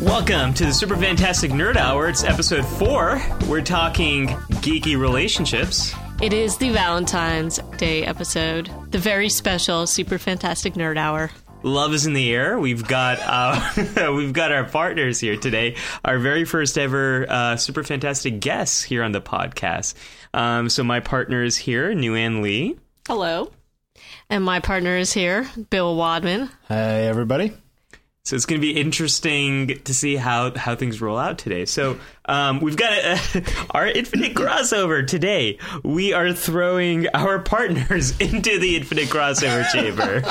Welcome to the Super Fantastic Nerd Hour. It's episode four. We're talking geeky relationships. It is the Valentine's Day episode, the very special Super Fantastic Nerd Hour. Love is in the air. We've got uh, we've got our partners here today. Our very first ever uh, super fantastic guests here on the podcast. Um, so my partner is here, New Ann Lee. Hello. And my partner is here, Bill Wadman. Hey, everybody. So it's going to be interesting to see how, how things roll out today. So um, we've got a, our infinite crossover today. We are throwing our partners into the infinite crossover chamber.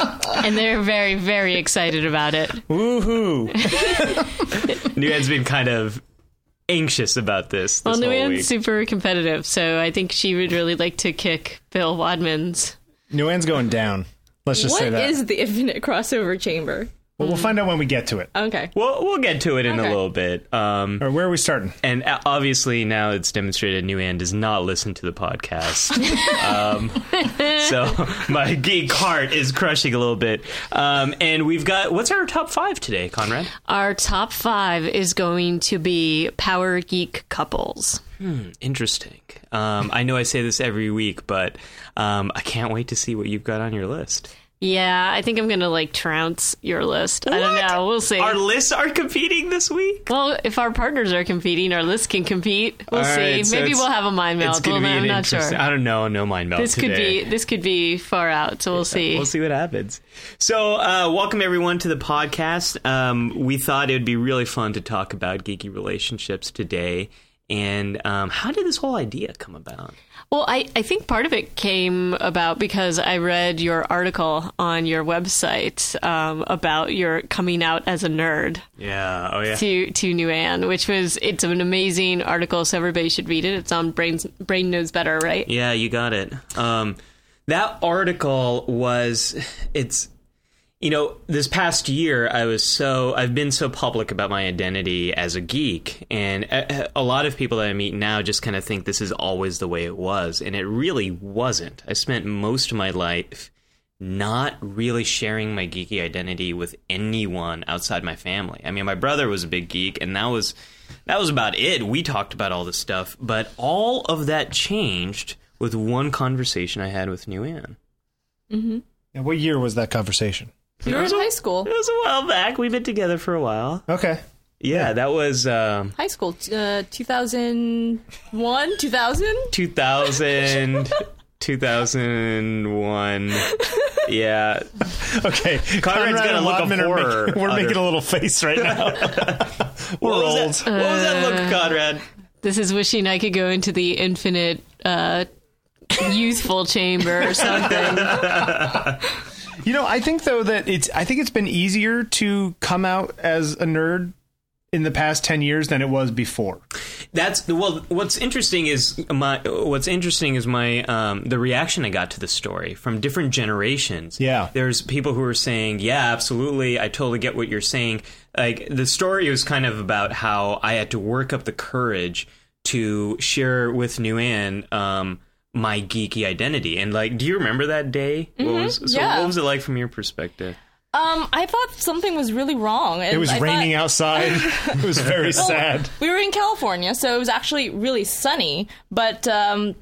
And they're very, very excited about it. Woohoo! Nguyen's been kind of anxious about this. this Well, whole Nguyen's week. super competitive, so I think she would really like to kick Bill Wadman's. Nguyen's going down. Let's just say What that. is the infinite crossover chamber? well, we'll find out when we get to it. Okay. We'll, we'll get to it in a Okay. little bit. Um, Or where are we starting? and uh, obviously, now it's demonstrated Nguyen does not listen to the podcast. um, so my geek heart is crushing a little bit. Um, and we've got, what's our top five today, Conrad? Our top five is going to be power geek couples. Interesting. Um, I know I say this every week, but um, I can't wait to see what you've got on your list. Yeah, I think I'm going to like trounce your list. I don't What? know. We'll see. Our lists are competing this week? Well, if our partners are competing, our list can compete. We'll All see. right, so Maybe it's- we'll have a mind It's meld. gonna Well, be I'm an not sure. interesting- I don't know. No mind melt. This could be this could be far out, so we'll see. We'll see what happens. So, uh, welcome everyone to the podcast. Um, we thought it would be really fun to talk about geeky relationships today. And um, how did this whole idea come about? Well, I, I think part of it came about because I read your article on your website um, about your coming out as a nerd Yeah. Oh yeah. to to New Anne, which was it's an amazing article, so everybody should read it. It's on Brains Brain Knows Better, right? Yeah, you got it. Um, that article was, it's, you know, this past year I was so, I've been so public about my identity as a geek. And a, a lot of people that I meet now just kind of think this is always the way it was. And it really wasn't. I spent most of my life not really sharing my geeky identity with anyone outside my family. I mean, my brother was a big geek, and that was that was about it. We talked about all this stuff, but all of that changed with one conversation I had with New Ann. And what year was that conversation? You were in high school. It was a while back. We've been together for a while. Okay. Yeah, that was um, High school. t- Uh, 2001, 2000? 2000, 2001. Yeah, Okay. Conrad's Conrad gonna and look Lodman a are horror making- we're out of- making a little face right now. we're what old. was that, what was that look, Conrad? This is wishing I could go into the infinite uh, youthful chamber or something. You know, I think though that it's I think it's been easier to come out as a nerd in the past 10 years than it was before. That's well. What's interesting is my. What's interesting is my um, the reaction I got to the story from different generations. Yeah. there's people who are saying, "Yeah, absolutely, I totally get what you're saying." Like the story was kind of about how I had to work up the courage to share with Nguyen um, my geeky identity. And like, do you remember that day? What was, so yeah. what was it like from your perspective? Um, I thought something was really wrong. It was raining outside. it was very sad. Oh, We were in California, so it was actually really sunny, but um,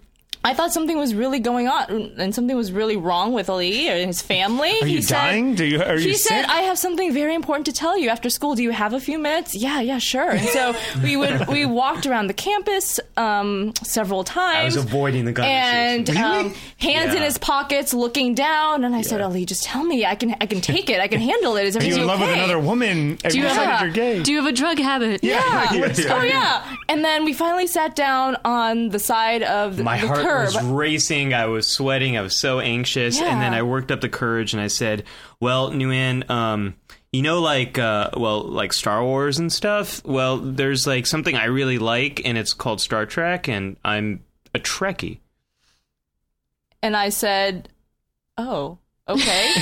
I thought something was really going on and something was really wrong with Lee and his family. Are you dying? Do you are She you said, sick? "I have something very important to tell you after school. Do you have a few minutes?" Yeah, yeah, sure. And so we would we walked around the campus um, several I times. was avoiding the conversation. and um, hands in Yeah. his pockets, looking down, and I said, "Ali, just tell me. I can, I can take it. I can handle it. Is Are everything you in love with okay?" another woman? Have you you decided have- you're gay? Do you have a drug habit? yeah. Yeah. What's Yeah. Oh going on? yeah. And then we finally sat down on the side of the, my the heart curb. was racing. I was sweating. I was so anxious. Yeah. And then I worked up the courage and I said, "Well, Nguyen, um, you know, like, uh, well, like Star Wars and stuff. Well, there's like something I really like, and it's called Star Trek, and I'm a Trekkie." and I said, "Oh, okay."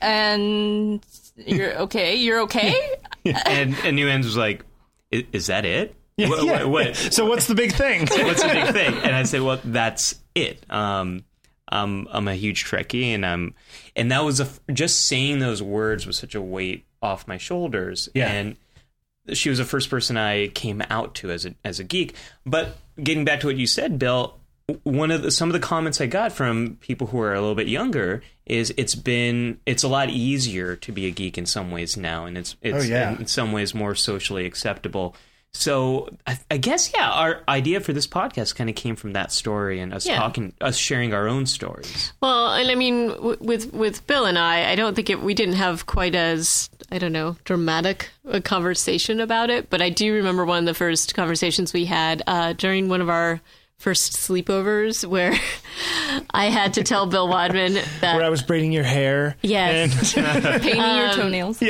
and you're okay. You're okay. And and Nguyen was like, "I- "Is that it? What, Yeah. what, what- So what's the big thing? what's the big thing?" And I said, "Well, that's it." Um, I'm I'm a huge Trekkie, and I'm and that was a f- just saying those words was such a weight off my shoulders. Yeah. And she was the first person I came out to as a as a geek. But getting back to what you said, Bill, one of the, some of the comments I got from people who are a little bit younger is it's been it's a lot easier to be a geek in some ways now, and it's it's Oh, yeah. in some ways more socially acceptable. So I, I guess yeah, our idea for this podcast kind of came from that story and us Yeah. talking, us sharing our own stories. Well, and I mean, w- with with Bill and I, I don't think it, we didn't have quite as I don't know dramatic a conversation about it, but I do remember one of the first conversations we had uh, during one of our first sleepovers, where I had to tell Bill Wadman that Where I was braiding your hair. Yes. And- painting your Um, toenails.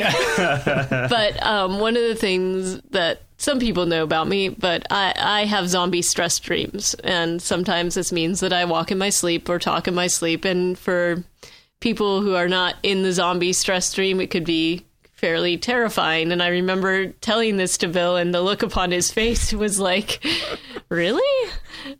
but um, one of the things that some people know about me, but I, I have zombie stress dreams. And sometimes this means that I walk in my sleep or talk in my sleep. And for people who are not in the zombie stress dream, it could be fairly terrifying. And I remember telling this to Bill, and the look upon his face was like, Really?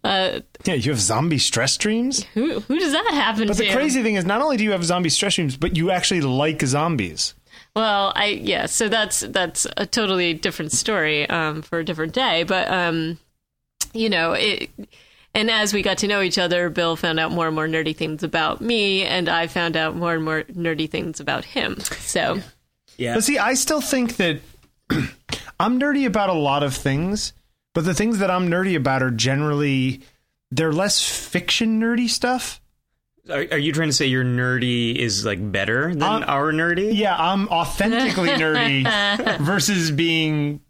Uh, yeah, you have zombie stress dreams? who, who does that happen But to? the crazy thing is, not only do you have zombie stress dreams, but you actually like zombies. Well, I yeah, so that's that's a totally different story um, for a different day. But um, you know, it, and as we got to know each other, Bill found out more and more nerdy things about me, and I found out more and more nerdy things about him. So Yeah, But see, I still think that I'm nerdy about a lot of things, but the things that I'm nerdy about are generally they're less fiction nerdy stuff. are, are you trying to say your nerdy is like better than Um, our nerdy? Yeah, I'm authentically nerdy versus being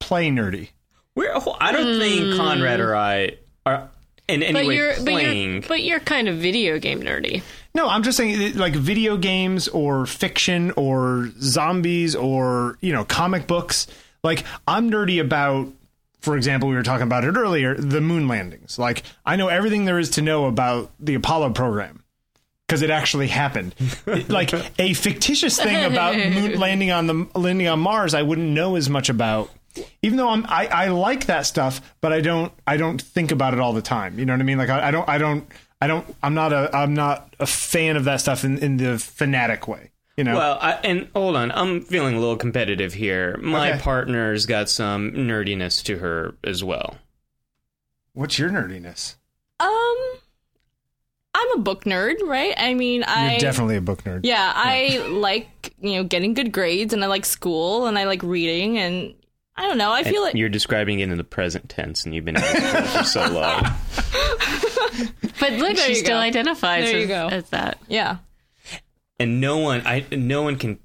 play nerdy. We're, oh, I don't think Hmm. Conrad or I are in any but way you're but playing. you're but you're kind of video game nerdy. No, I'm just saying that, like video games or fiction or zombies or, you know, comic books. Like I'm nerdy about for example, we were talking about it earlier, the moon landings. Like I know everything there is to know about the Apollo program because it actually happened. It- like a fictitious thing about moon landing on the landing on Mars, I wouldn't know as much about. Even though I'm, I, I like that stuff, but I don't, I don't think about it all the time. You know what I mean? Like I, I don't, I don't, I don't, I'm not a, I'm not a fan of that stuff in, in the fanatic way. You know? well, I, and hold on, I'm feeling a little competitive here. My Okay. partner's got some nerdiness to her as well. What's your nerdiness? Um, I'm a book nerd, right? I mean, I You're definitely a book nerd. yeah, I like you know getting good grades, and I like school, and I like reading, and I don't know. I feel like You're describing it in the present tense, and you've been in this for so long. But look, There she you still go. identifies There you as, go. as that. yeah. And no one, I no one can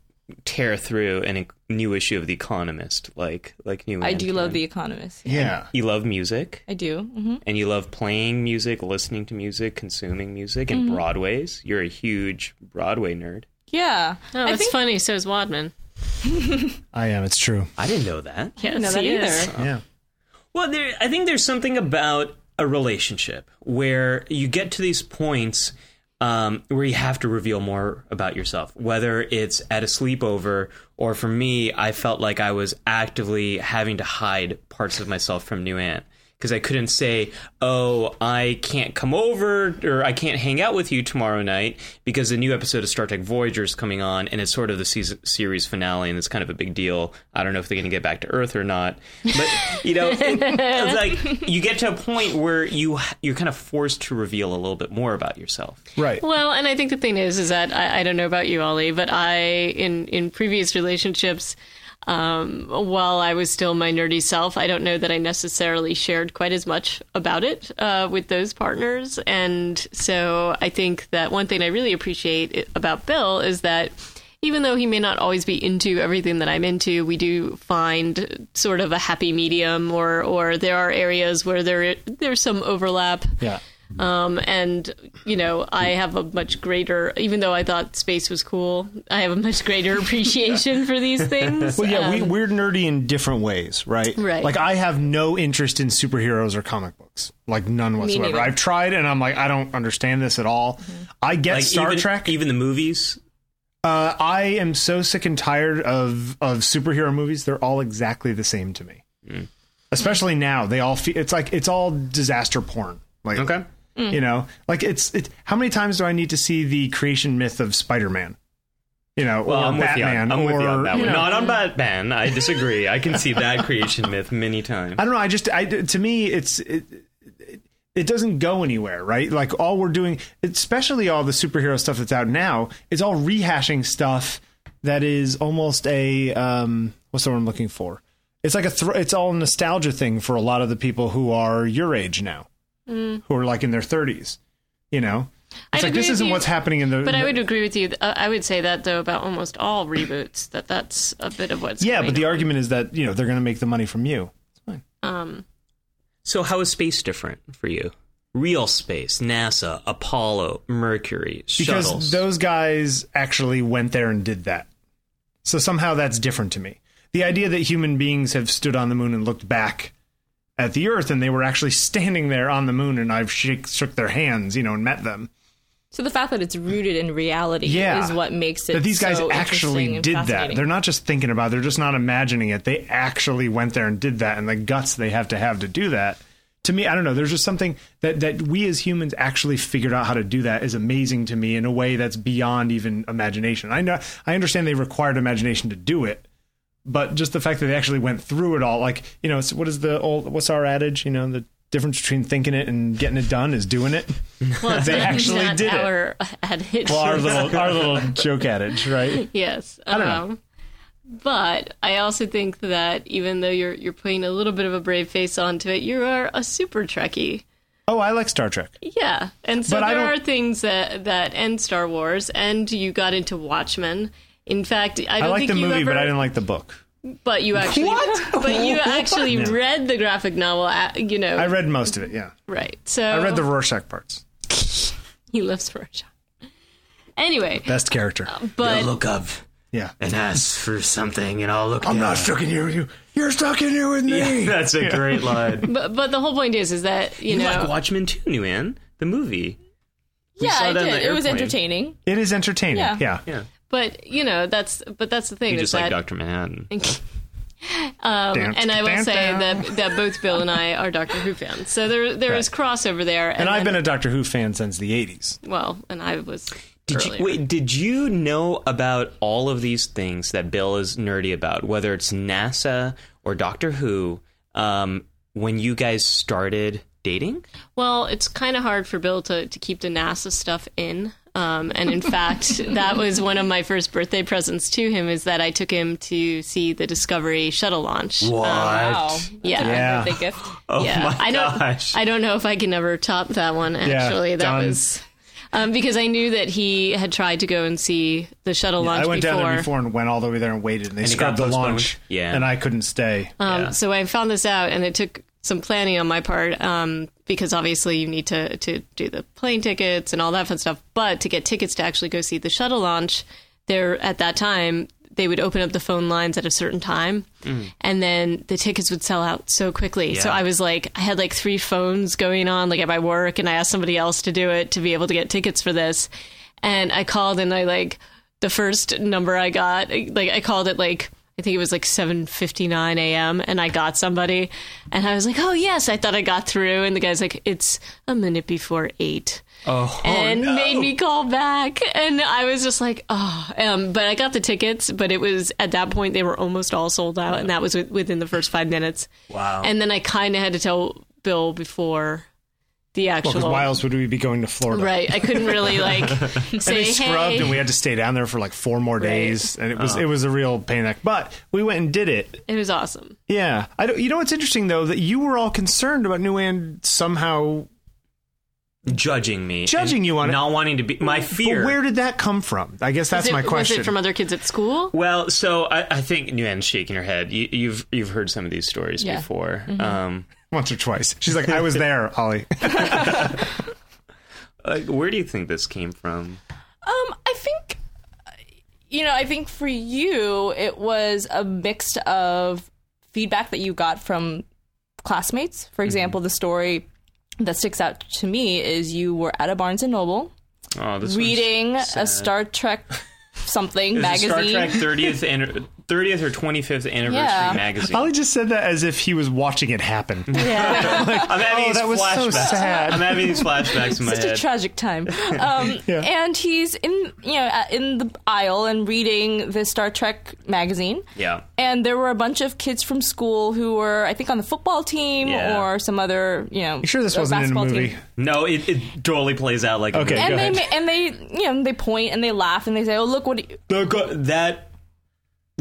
tear through an e, new issue of The Economist like like you. I do Antoine. love The Economist. Yeah. You love music, I do. hmm and you love playing music, listening to music, consuming music, and Mm-hmm. Broadway's. You're a huge Broadway nerd. Yeah, Oh, I it's think funny. So is Wadman. I am. It's true. I didn't know that. Yes, I didn't know that he either. is. Yeah. Well, there, I think there's something about a relationship where you get to these points um, where you have to reveal more about yourself, whether it's at a sleepover or for me, I felt like I was actively having to hide parts of myself from New Ant. Because I couldn't say, "Oh, I can't come over" or "I can't hang out with you tomorrow night" because the new episode of Star Trek Voyager is coming on, and it's sort of the season, series finale, and it's kind of a big deal. I don't know if they're going to get back to Earth or not, but you know, it's like you get to a point where you you're kind of forced to reveal a little bit more about yourself. Right. Well, and I think the thing is, is that I, I don't know about you, Ollie, but I in in previous relationships, um, while I was still my nerdy self, I don't know that I necessarily shared quite as much about it uh, with those partners, and so I think that one thing I really appreciate i- about Bill is that. Even though he may not always be into everything that I'm into, we do find sort of a happy medium, or or there are areas where there there's some overlap. yeah. Um, and you know, I have a much greater, even though I thought space was cool, I have a much greater appreciation for these things. Well, yeah, we, Um, we're nerdy in different ways, right? Right. Like I have no interest in superheroes or comic books, like none whatsoever. neither. Mm-hmm. I've tried, and I'm like, I don't understand this at all. I get Star even, Trek. even the movies. uh, I am so sick and tired of of superhero movies. They're all exactly the same to me. Mm. Especially now, they all feel it's like it's all disaster porn. Like Okay. Mm. you know, like it's it. How many times do I need to see the creation myth of Spider Man? you know, Well, or I'm with you on, Batman, I'm or with you on that you one. know, Not on Batman. I disagree. I can see that creation myth many times. I don't know. I just, I to me, it's it, it doesn't go anywhere, right? Like all we're doing, especially all the superhero stuff that's out now, is all rehashing stuff that is almost a um, what's the word I'm looking for? It's like a thr it's all a nostalgia thing for a lot of the people who are your age now, who are like in their 30s. You know, it's Mm. I'd like this agree with isn't you, what's happening in the. But in I the- would agree with you. Uh, I would say that though about almost all reboots that that's a bit of what's yeah, but going the on. argument is that you know they're going to make the money from you. Um, So, how is space different for you? Real space, NASA, Apollo, Mercury, because shuttles. those guys actually went there and did that. So somehow that's different to me. The idea that human beings have stood on the moon and looked back at the Earth and they were actually standing there on the moon and I've shake, shook their hands, you know, and met them. So the fact that it's rooted in reality Yeah. is what makes it that these guys so interesting actually and did that. fascinating. They're not just thinking about; it, they're just not imagining it. They actually went there and did that, and the guts they have to have to do that. To me, I don't know. There's just something that that we as humans actually figured out how to do that is amazing to me in a way that's beyond even imagination. I know, I understand they required imagination to do it, but just the fact that they actually went through it all, like you know, it's, what is the old what's our adage? You know, the difference between thinking it and getting it done is doing it. well, it's They not- actually not did it. our adage. Well, our little our little joke adage, right? yes. don't know. um, But I also think that even though you're you're putting a little bit of a brave face onto it, you are a super Trekkie. Oh, I like Star Trek. Yeah, and so But I there are don't- things that that end Star Wars, and you got into Watchmen. In fact, I don't I like think the you movie, ever, but I didn't like the book. But you actually, but you actually read the graphic novel. At, you know, I read most of it. Yeah, right? So I read the Rorschach parts. he lives for a job. Anyway, Best character. but look up Yeah. and ask for something, and I'll look. I'm not stuck in here with you. You're stuck in here with me. That's a great line. but but the whole point is is that you, You know like Watchmen too, New Ann? The movie. We yeah, saw I that on did. the It was airplane. entertaining. It is entertaining. Yeah. Yeah. Yeah. but you know that's but that's the thing You is just that like Dr. Manhattan. um, Dance, and I will dance, say dance. that that both Bill and I are Doctor Who fans, so there there is crossover there. And, And I've then- been a Doctor Who fan since the 80s. well, and I was Did earlier. you, wait, did you know about all of these things that Bill is nerdy about, whether it's NASA or Doctor Who, um, when you guys started dating? Well, it's kind of hard for Bill to, to keep the NASA stuff in. Um, and in fact, that was one of my first birthday presents to him is that I took him to see the Discovery shuttle launch. What? Wow. Yeah. Yeah. That's a Oh, gift. Oh yeah. my I don't gosh. I don't know if I can ever top that one actually. that done. was um, because I knew that he had tried to go and see the shuttle launch I went before. down there before and went all the way there and waited, and they it scrubbed the got postponed. launch. Yeah. And I couldn't stay. Um, Yeah. So I found this out, and it took some planning on my part um, because obviously you need to to do the plane tickets and all that fun stuff. But to get tickets to actually go see the shuttle launch, there at that time they would open up the phone lines at a certain time, and then the tickets would sell out so quickly. So Mm. Yeah. I was like, I had like three phones going on, like at my work, and I asked somebody else to do it to be able to get tickets for this. And I called, and I like the first number I got, like I called it like I think it was like 7:59 a.m. and I got somebody and I was like, "Oh yes, I thought I got through." And the guy's like, "It's a minute before 8." Oh, and no. made me call back and I was just like, "Oh." Um, but I got the tickets, but it was at that point they were almost all sold out and that was wi- within the first 5 minutes. Wow. And then I kind of had to tell Bill before the actual Because why else would we be going to Florida? Right, I couldn't really like And say they scrubbed, hey. and we had to stay down there for like four more days, and it was it was a real pain in the neck. But we went and did it, it was awesome. Yeah, I don't, you know what's interesting though that you were all concerned about New Ann somehow. judging me. Judging and you on it. Not wanting to be. My fear. But where did that come from? I guess that's Was it- my question. Was it from other kids at school? Well, so I, I think Nguyen's shaking her head. You, you've you've heard some of these stories Yeah. Mm-hmm. before. Um, Once or twice, she's like, "I was there, Ollie." like, uh, where do you think this came from? Um, I think, you know, I think for you, it was a mix of feedback that you got from classmates. Mm-hmm. For example, the story that sticks out to me is you were at a Barnes and Noble Oh, this one's reading a sad. Star Trek something It was a Star magazine. Trek 30th, anni- 30th or 25th anniversary Yeah. magazine. Ollie just said that as if he was watching it happen. I'm having Oh, these that was so flashbacks. sad. I'm having these flashbacks in my Such a head. tragic time. Um, Yeah. And he's in, you know, at- in the aisle and reading the Star Trek magazine. yeah. And there were a bunch of kids from school who were, I think, on the football team Yeah. or some other, you know, I'm sure this uh, wasn't in a basketball movie. Team. No, it, it totally plays out like a Okay. movie. And Go they ahead. ma- and they you know they point and they laugh and they say, "Oh look what you-" The gu- that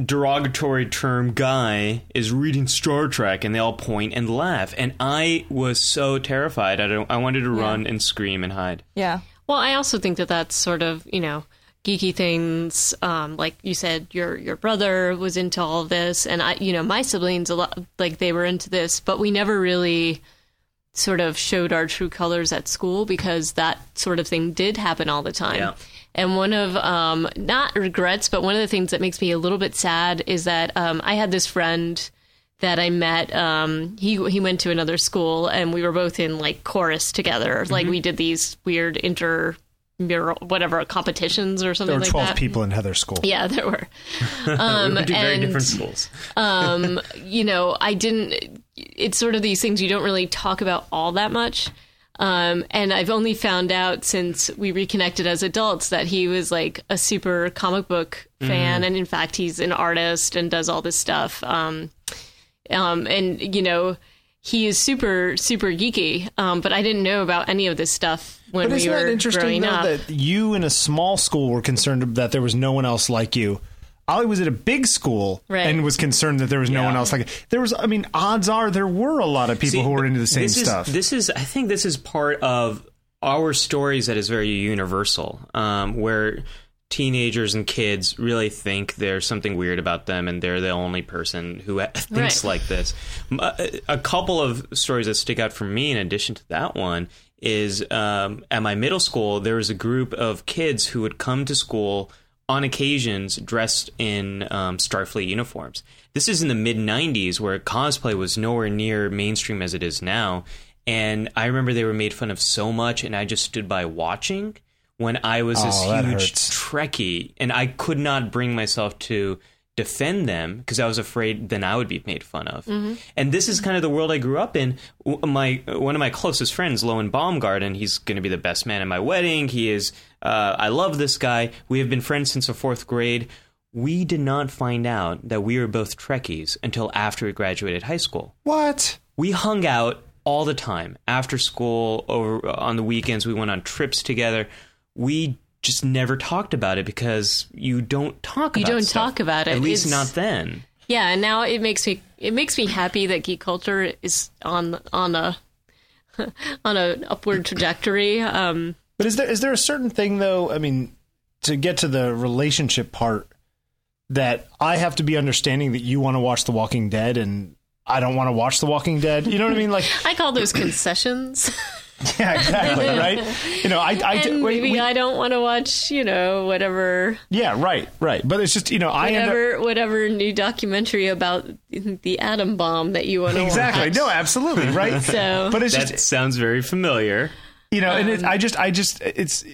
derogatory term guy is reading Star Trek and they all point and laugh and I was so terrified I don't I wanted to run and scream and hide. yeah." Well, I also think that that's sort of you know geeky things. Um, like you said, your your brother was into all this, and I, you know, my siblings a lot like they were into this, but we never really sort of showed our true colors at school because that sort of thing did happen all the time. Yeah. And one of um, not regrets, but one of the things that makes me a little bit sad is that um, I had this friend that I met. Um, he he went to another school, and we were both in like chorus together. Mm-hmm. Like we did these weird inter mural whatever competitions or something There were like 12 that. people in Heather's school. Yeah, there were. we went to very Um, and- different schools. Um, you know, I didn't. It's sort of these things you don't really talk about all that much. Um, and I've only found out since we reconnected as adults that he was like a super comic book Mm-hmm. fan, and in fact, he's an artist and does all this stuff. Um, um, and you know, he is super super geeky. Um, but I didn't know about any of this stuff when But we isn't were that interesting growing though up. that you in a small school were concerned that there was no one else like you? Ollie was at a big school Right. and was concerned that there was no Yeah. one else like it. There was, I mean, odds are there were a lot of people who were into the same this is- stuff. this is, I think, this is part of our stories that is very universal, um, where teenagers and kids really think there's something weird about them, and they're the only person who thinks Right. like this. M- A, a couple of stories that stick out for me, in addition to that one, is um, at my middle school there was a group of kids who would come to school. On occasions, dressed in um, Starfleet uniforms. This is in the mid '90s, where cosplay was nowhere near mainstream as it is now. And I remember they were made fun of so much, and I just stood by watching when I was this Oh, that huge hurts. Trekkie, and I could not bring myself to defend them because I was afraid then I would be made fun of. And this is kind of the world I grew up in. W- My one of my closest friends, Lowen Baumgarten, he's going to be the best man at my wedding. He is. Uh, I love this guy. We have been friends since the fourth grade. We did not find out that we were both Trekkies until after we graduated high school what? we hung out all the time after school over on the weekends we went on trips together we just never talked about it because you don't talk You about don't stuff. talk about it. at least It's- not then Yeah, and now it makes me it makes me happy that geek culture is on on a on an upward trajectory. Um, But is there is there a certain thing though? I mean, to get to the relationship part, that I have to be understanding that you want to watch The Walking Dead and I don't want to watch The Walking Dead. You know what I mean? Like, I call those concessions, yeah, exactly, right? You know, I, I and we- maybe we- I don't want to watch you know whatever yeah, right, right. But it's just you know, I end up whatever whatever new documentary about the atom bomb that you want to exactly watch. no, absolutely, right. So- um, but it's that just sounds very familiar you know, and it, I just, I just, it's,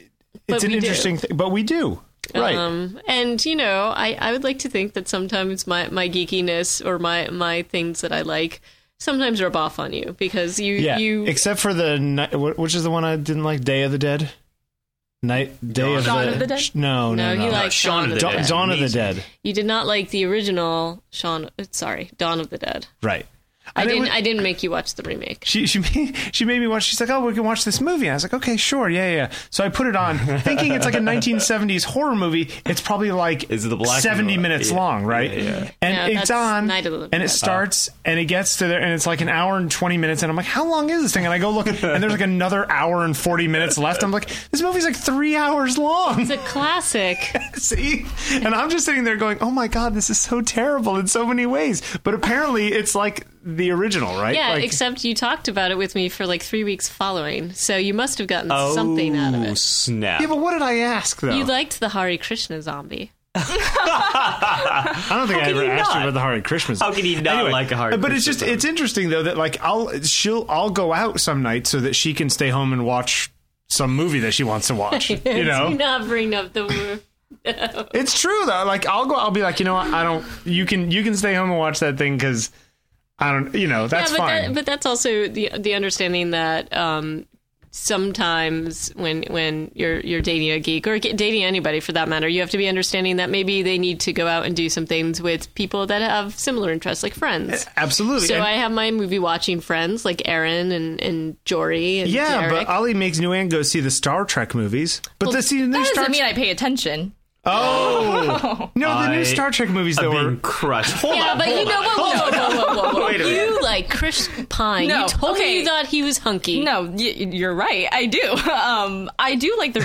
it's an we do. interesting thing, but we do, right? Um, and you know, I, I would like to think that sometimes my, my geekiness or my, my things that I like sometimes rub off on you because you yeah, you except for the ni- wh- which is the one I didn't like, Day of the Dead, Night, Day of, Dawn the, of the Dead? Sh- No, no, no, no, you like Shaun of the Da- Dead. Dawn of the Amazing. Dead, You did not like the original Shaun. uh, Sorry, Dawn of the Dead. right? I And it didn't. was- I didn't make you watch the remake. she she made, she made me watch. She's like, "Oh, we can watch this movie." And I was like, "Okay, sure, yeah, yeah." yeah." So I put it on, thinking it's like a 1970s horror movie. It's probably like Is it the black 70 and white? minutes Yeah, long, right? yeah, yeah. And No, it's that's on, Night of the Living and it Dead. starts, and it gets to there, and it's like an hour and 20 minutes, and I'm like, "How long is this thing?" And I go look, and there's like another hour and 40 minutes left. I'm like, "This movie's like three hours long." It's a classic. See, and I'm just sitting there going, "Oh my god, this is so terrible in so many ways." But apparently, it's like the original, right? Yeah, Like- except you talked about it with me for like three weeks following, so you must have gotten something out of oh it. snap yeah, but what did I ask though? You liked the Hari Krishna zombie. I don't think I can ever you asked not? you about the Hare Krishna. How can you not like a Hare But it's Krishna just song? it's interesting though that like I'll she'll I'll go out some night so that she can stay home and watch some movie that she wants to watch. you Do know. not bring up the It's true though. Like I'll go. I'll be like, you know what? I don't. You can you can stay home and watch that thing because I don't. You know that's yeah, but, fine. That, but that's also the the understanding that um, sometimes when when you're you're dating a geek or ge- dating anybody for that matter, you have to be understanding that maybe they need to go out and do some things with people that have similar interests, like friends. Eh, Absolutely. So And- I have my movie watching friends like Aaron and and Jory and yeah, Derek. but uh, Ollie makes New Anne go see the Star Trek movies. But the see the new That Star doesn't mean I pay attention. Oh no, the I- new Star Trek movies I'm though being are crushed. Hold yeah, on, but hold you know on. what? Whoa, whoa, whoa, whoa, whoa. Wait a minute. you like Chris Pine. No, you told okay. me you thought he was hunky. No, y- you're right. I do. Um, I do like the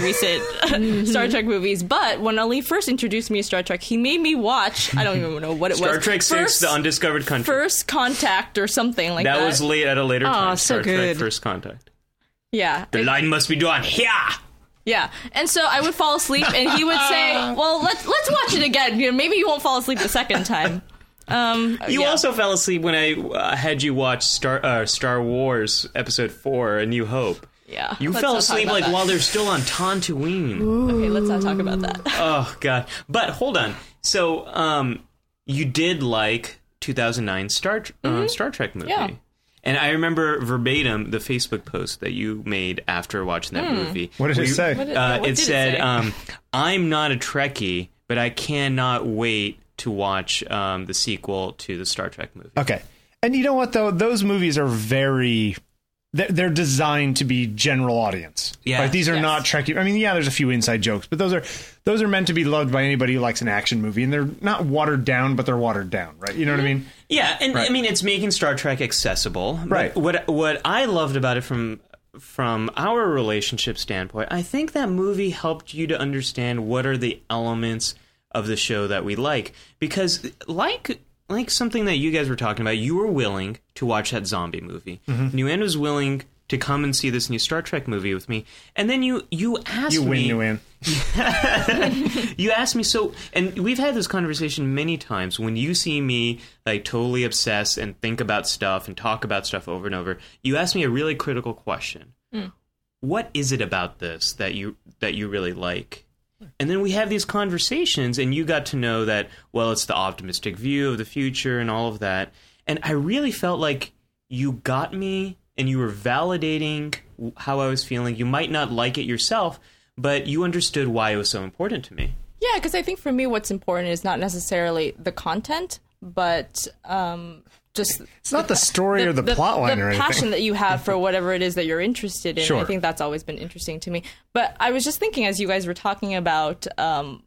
recent Star Trek movies, but when Ali first introduced me to Star Trek, he made me watch. I don't even know what it was. Star Trek Six: first, The Undiscovered Country. first Contact or something like that. that was late at a later time. so Star Trek good. First Contact. yeah, The line must be drawn here. yeah. And so I would fall asleep, and he would say, "Well, let's let's watch it again. You know, maybe you won't fall asleep the second time." Um, You yeah. also fell asleep when I uh, had you watch Star uh, Star Wars Episode Four: A New Hope. Yeah, You let's fell not talk asleep about like that. while they're still on Tatooine. Okay, let's not talk about that. Oh god. But hold on. So um you did like 2009 Star uh, Star Trek movie. Mm-hmm. Yeah. And I remember verbatim the Facebook post that you made after watching that movie. What did it say? What did- Uh, yeah, Hmm. what it did it said, say? um, "I'm not a Trekkie, but I cannot wait to watch um, the sequel to the Star Trek movie." okay. And you know what though? Those movies are very. They're they're designed to be general audience. Yeah. Like, these are Yes. not Trekkie. I mean, yeah, there's a few inside jokes, but those are those are meant to be loved by anybody who likes an action movie, and they're not watered down, but they're watered down, right? You know what I mean? Yeah, and Right. I mean it's making Star Trek accessible. But Right. What what I loved about it from from our relationship standpoint, I think that movie helped you to understand what are the elements of the show that we like because like like something that you guys were talking about, you were willing to watch that zombie movie. Mm-hmm. Nguyen was willing to come and see this new Star Trek movie with me, and then you you asked You win, me New Anne. you asked me so and we've had this conversation many times when you see me like totally obsessed and think about stuff and talk about stuff over and over you ask me a really critical question what is it about this that you that you really like and then we have these conversations and you got to know that well it's the optimistic view of the future and all of that and i really felt like you got me and you were validating w- how i was feeling you might not like it yourself but you understood why it was so important to me Yeah, because I think for me, what's important is not necessarily the content, but um, just It's not the story or the, plot line the or anything. passion that you have for whatever it is that you're interested in. I Sure. think that's always been interesting to me. But I was just thinking, as you guys were talking about um,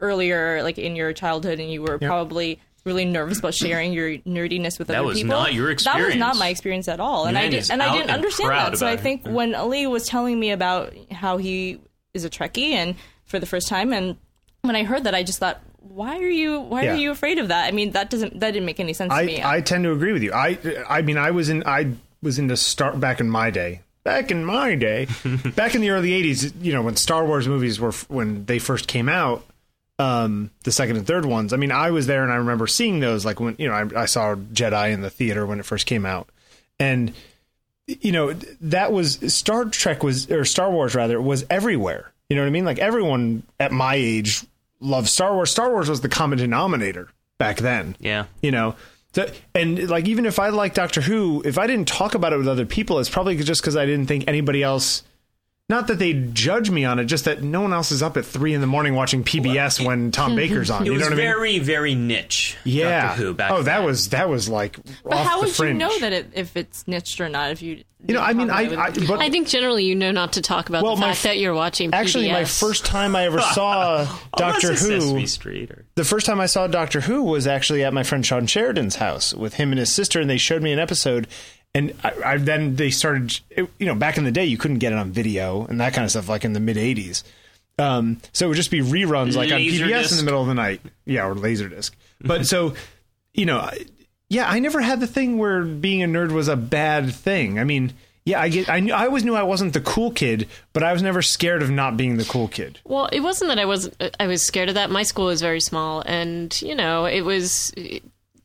earlier, like in your childhood, and you were probably really nervous about sharing your nerdiness with That other was people. not your That was experience. not my experience at all, and I Nan did, is and out I didn't and understand proud that. So about I her. think when Ali was telling me about how he is a Trekkie and for the first time, and when I heard that, I just thought. Why are you? Why Yeah. are you afraid of that? I mean, that doesn't. That didn't make any sense to me. I, I tend to agree with you. I I mean I was in I was into Star back in my day. Back in my day, back in the early '80s, you know, when Star Wars movies were f- when they first came out, um, the second and third ones. I mean, I was there and I remember seeing those. Like when you know, I, I saw Jedi in the theater when it first came out, and you know that was Star Trek was or Star Wars rather was everywhere. You know what I mean? Like everyone at my age loved Star Wars. Star Wars was the common denominator back then yeah you know So- and like even if i like doctor who if i didn't talk about it with other people it's probably just because i didn't think anybody else not that they judge me on it just that no one else is up at three in the morning watching pbs when tom baker's on It you know was what i mean very, very niche. yeah Doctor Who back oh that then. was that was like But off how the would fringe. you know that it, if it's niched or not? If you, you know i mean i, I but I think generally you know not to talk about Well, the my fact f- that you're watching. actually my PBS. first time i ever saw Unless doctor it's who Sesame Street or the first time I saw Doctor Who was actually at my friend Sean Sheridan's house with him and his sister, and they showed me an episode. And I, I then they started, it- you know, back in the day, you couldn't get it on video and that kind of stuff, like in the mid '80s. Um, so it would just be reruns, like on PBS in Laserdisc. the middle of the night, yeah, or Laserdisc. But so, you know, I- yeah, I never had the thing where being a nerd was a bad thing. I mean, yeah, I get, I, knew, I always knew I wasn't the cool kid, but I was never scared of not being the cool kid. Well, it wasn't that I was I was scared of that. My school is very small, and you know, it was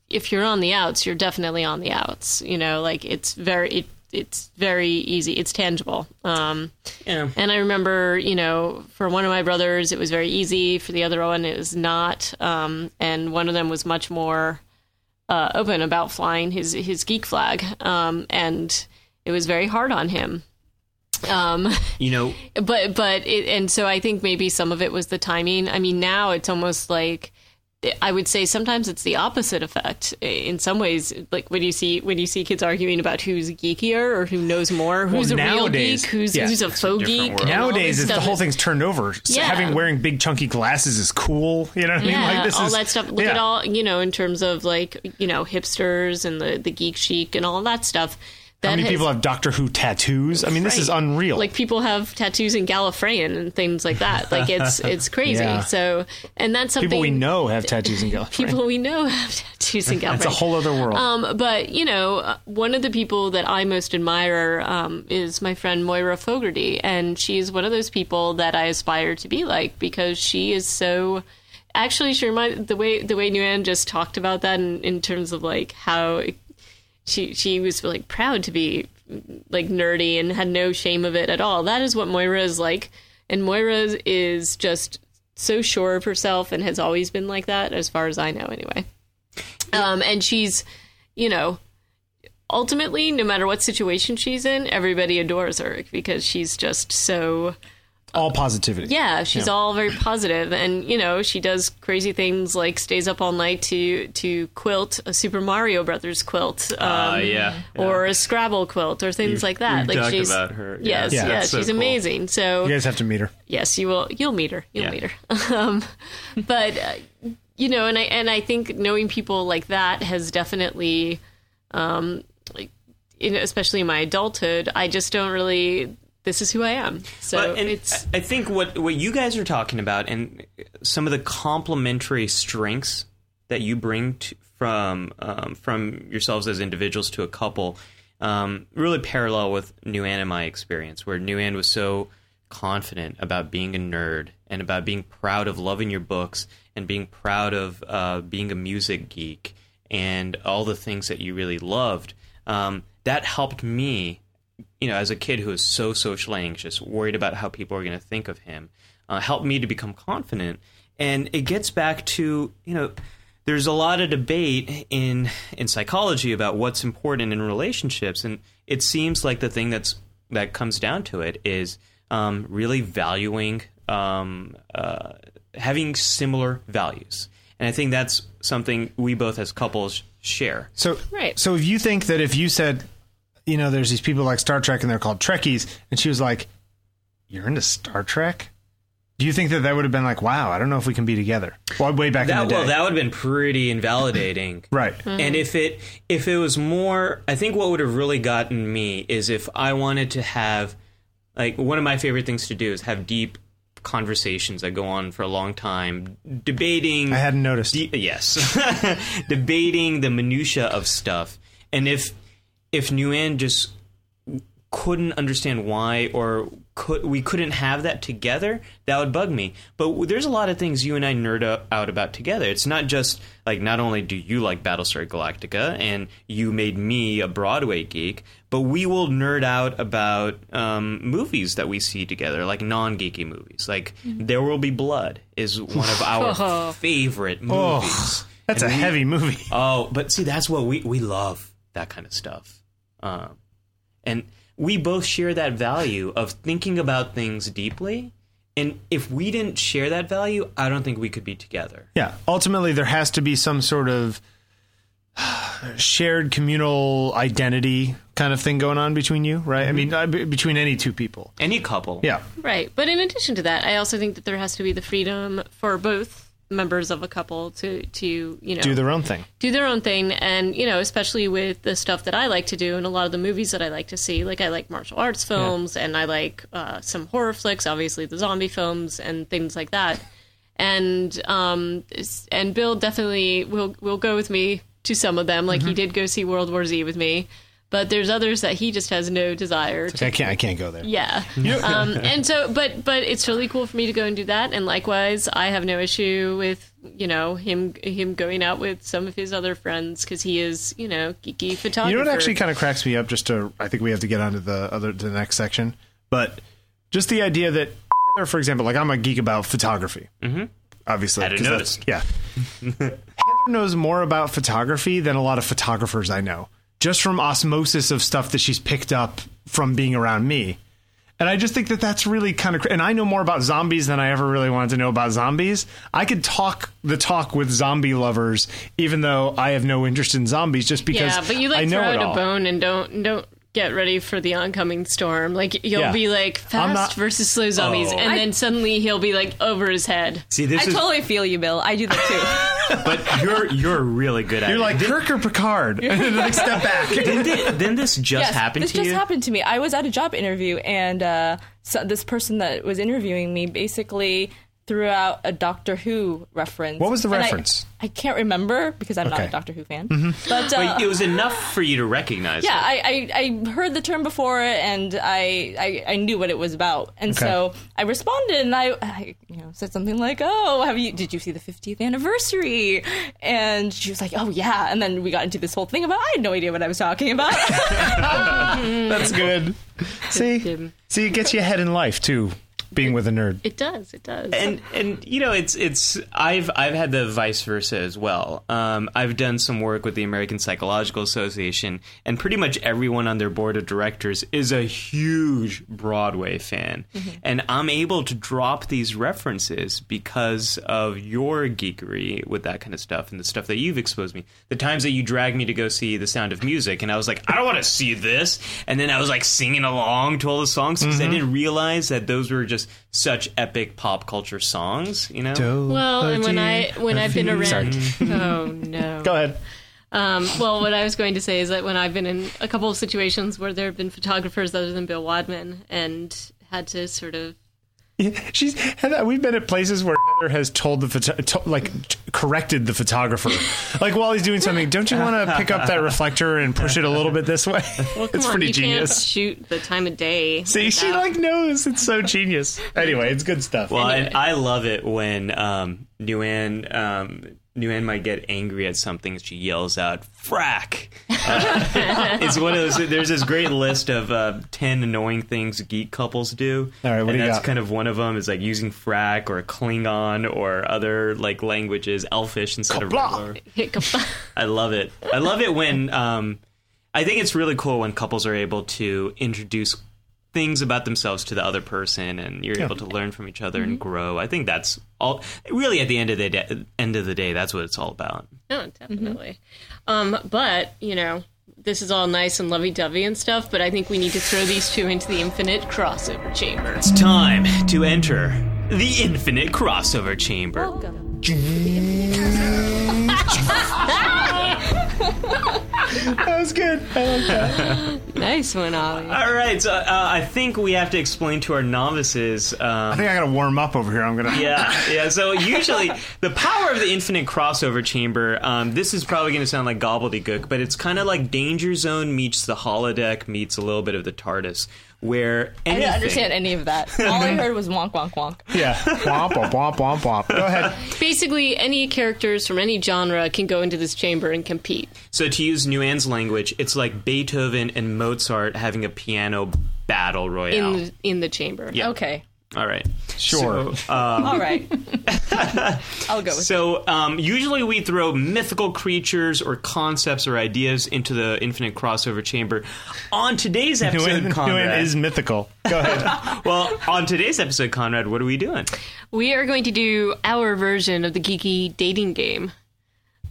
if you're on the outs, you're definitely on the outs. You know, like it's very it it's very easy. It's tangible. Um, Yeah. and I remember, you know, for one of my brothers, it was very easy. For the other one, it was not. Um, and one of them was much more uh, open about flying his his geek flag, um, and it was very hard on him. Um, You know, but but it, and so I think maybe some of it was the timing. I mean, now it's almost like I would say sometimes it's the opposite effect. In some ways, like when you see when you see kids arguing about who's geekier or who knows more, who's a nowadays- real geek, who's yeah, who's a it's a faux different geek. world. and all Nowadays, this it's the stuff whole is- thing's turned over. So Yeah. Having wearing big chunky glasses is cool. You know what I mean? Like this all is that stuff. Look yeah. at all you know in terms of like you know hipsters and the the geek chic and all that stuff. That How many has- people have Doctor Who tattoos? I mean, this is Right. unreal. like people have tattoos in Gallifreyan and things like that. Like it's it's crazy. Yeah. So and that's something people we know have tattoos in Gallifrey. people we know have tattoos in Galbraith. it's a whole other world. Um, but you know, uh, one of the people that I most admire um, is my friend Moira Fogarty, and she's one of those people that I aspire to be like because she is so. Actually, she remind the way the way Nguyen just talked about that in, in terms of like how she she was like proud to be like nerdy and had no shame of it at all. That is what Moira is like, and Moira is just so sure of herself and has always been like that, as far as I know, anyway. Um, and she's, you know, ultimately, no matter what situation she's in, everybody adores her because she's just so. all positivity. Yeah, she's all very positive, and you know she does crazy things like stays up all night to to quilt a Super Mario Brothers quilt, um, uh, yeah. or a Scrabble quilt, or things like that. we like talked she's about her. Yeah, yes, that's- yeah, that's so she's cool. amazing. So You guys have to meet her. yes, you will. You'll meet her. You'll Yeah. meet her. Um, but uh, you know, and I and I think knowing people like that has definitely, um, like, in, especially in my adulthood, I just don't really. This is who I am. So But- and it's I I think what what you guys are talking about and some of the complementary strengths that you bring to, from um, from yourselves as individuals to a couple um, really parallel with New Anne and my experience, where New Anne was so confident about being a nerd and about being proud of loving your books and being proud of uh, being a music geek and all the things that you really loved. Um, that helped me you know, as a kid who was so socially anxious, worried about how people were going to think of him, uh, helped me to become confident. And it gets back to you know, there's a lot of debate in in psychology about what's important in relationships, and it seems like the thing that's that comes down to it is um, really valuing um, uh, having similar values, and I think that's something we both as couples share. So Right. So if you think that if you said, you know, there's these people like Star Trek and they're called Trekkies, and she was like, "You're into Star Trek." Do you think that that would have been like, "Wow, I don't know if we can be together"? Well, way back in That the day, well, that would have been pretty invalidating, right? Hmm. And if it if it was more, I think what would have really gotten me is if I wanted to have like one of my favorite things to do is have deep conversations that go on for a long time, debating. I hadn't noticed. de- yes, debating the minutia of stuff. And if if Nguyen just couldn't understand why or could we couldn't have that together that would bug me but w- there's a lot of things you and i nerd o- out about together it's not just like not only do you like battlestar galactica and you made me a broadway geek but we will nerd out about um, movies that we see together like non-geeky movies like there will be blood is one of our favorite movies Oh, That's a And we- heavy movie. Oh, but see, that's what we we love that kind of stuff, um, and we both share that value of thinking about things deeply. And if we didn't share that value, I don't think we could be together. Yeah. Ultimately, there has to be some sort of shared communal identity kind of thing going on between you, right? I mean, uh, be- between any two people. Any couple, Yeah. right. But in addition to that, I also think that there has to be the freedom for both members of a couple to to you know Do their own thing. do their own thing and you know especially with the stuff that i like to do and a lot of the movies that i like to see like i like martial arts films and i like uh, some horror flicks obviously the zombie films and things like that and um s- and bill definitely will will go with me to some of them like he did go see world war z with me but there's others that he just has no desire to. I can't. I can't go there. Yeah. Um, and so, but but it's really cool for me to go and do that. And likewise, I have no issue with you know him him going out with some of his other friends because he is you know geeky photographer. You know what actually kind of cracks me up? Just to, I think we have to get onto the other to the next section, but just the idea that, Heather, for example, like I'm a geek about photography, mm-hmm. obviously. I didn't 'cause notice. that's- Yeah, Heather knows more about photography than a lot of photographers I know, just from osmosis of stuff that she's picked up from being around me. And I just think that that's really kind of, and I know more about zombies than I ever really wanted to know about zombies. I could talk the talk with zombie lovers, even though I have no interest in zombies, just because yeah, but you I like know throw it out all. a bone and don't don't get ready for the oncoming storm. Like you'll Yeah. be like fast I'm not- versus slow zombies, Oh. and I- then suddenly he'll be like over his head. See, this I is, totally feel you, Bill. I do that but you're you're really good at You're it. like Kirk or Picard, and then like step back. didn't, thi- didn't this just yes, happen this to just you? happened to me. I was at a job interview, and uh, so this person that was interviewing me basically threw out a Doctor Who reference. What was the And I- reference? I, can't remember because I'm not Okay. Mm-hmm. a Doctor Who fan. But uh, But it was enough for you to recognize. yeah, it. I, I, I heard the term before and I, I, I knew what it was about. And Okay. so I responded and I, I you know said something like, Oh, have you did you see the fiftieth anniversary? And she was like, Oh yeah and then we got into this whole thing about I had no idea what I was talking about. That's good. See, Jim. see, it gets you ahead in life too. Being with a nerd. It does. It does. and and you know it's it's I've I've had the vice versa as well. Um, I've done some work with the American Psychological Association, and pretty much everyone on their board of directors is a huge Broadway fan, and I'm able to drop these references because of your geekery with that kind of stuff and the stuff that you've exposed me. The times that you dragged me to go see The Sound of Music, and I was like, I don't want to see this, and then I was like singing along to all the songs because I didn't realize that those were just such epic pop culture songs. You know, well, and when I when I've been around, Sorry. oh no. Go ahead. Um, well, what I was going to say is that when I've been in a couple of situations where there have been photographers other than Bill Wadman and had to sort of She's Heather, we've been at places where Heather has told the photo- to, like t- corrected the photographer, like while he's doing something. Don't you want to pick up that reflector and push it a little bit this way? it's come on, pretty you Can't genius. shoot the time of day. See, she without- like knows it's so genius. Anyway, it's good stuff. Well, and I love it when um, Nguyen, um, Nguyen might get angry at something. She yells out, "Frack!" Uh, it's one of those. There's this great list of uh, ten annoying things geek couples do. All right, and what do you that's got? kind of one of them is like using frack or Klingon or other like languages, Elfish instead of Kablah. regular. hiccup. I love it. I love it when um, I think it's really cool when couples are able to introduce things about themselves to the other person, and you're able to learn from each other and grow. I think that's all. Really, at the end of the day, end of the day, that's what it's all about. no, definitely. Mm-hmm. Um, but you know, this is all nice and lovey-dovey and stuff. But I think we need to throw these two into the infinite crossover chamber. It's time to enter the infinite crossover chamber. that was good. I like that. Nice one, Ollie. All right, so uh, I think we have to explain to our novices. Um, I think I gotta warm up over here. I'm gonna. yeah, yeah. So usually, the power of the infinite crossover chamber. Um, this is probably going to sound like gobbledygook, but it's kind of like Danger Zone meets the holodeck meets a little bit of the TARDIS, where I anything, didn't understand any of that. All I heard was wonk wonk wonk. Yeah. Womp womp womp womp womp. Go ahead. Basically, any characters from any genre can go into this chamber and compete. So to use Nguyen's language, it's like Beethoven and Mozart having a piano battle Oh. royale. in in the chamber. Okay. All right, Sure. So, uh, All right. I'll go with So um, usually we throw mythical creatures or concepts or ideas into the infinite crossover chamber. On today's episode, Nguyen, Conrad. Nguyen is mythical. Go ahead. well, on today's episode, Conrad, what are we doing? We are going to do our version of the geeky dating game.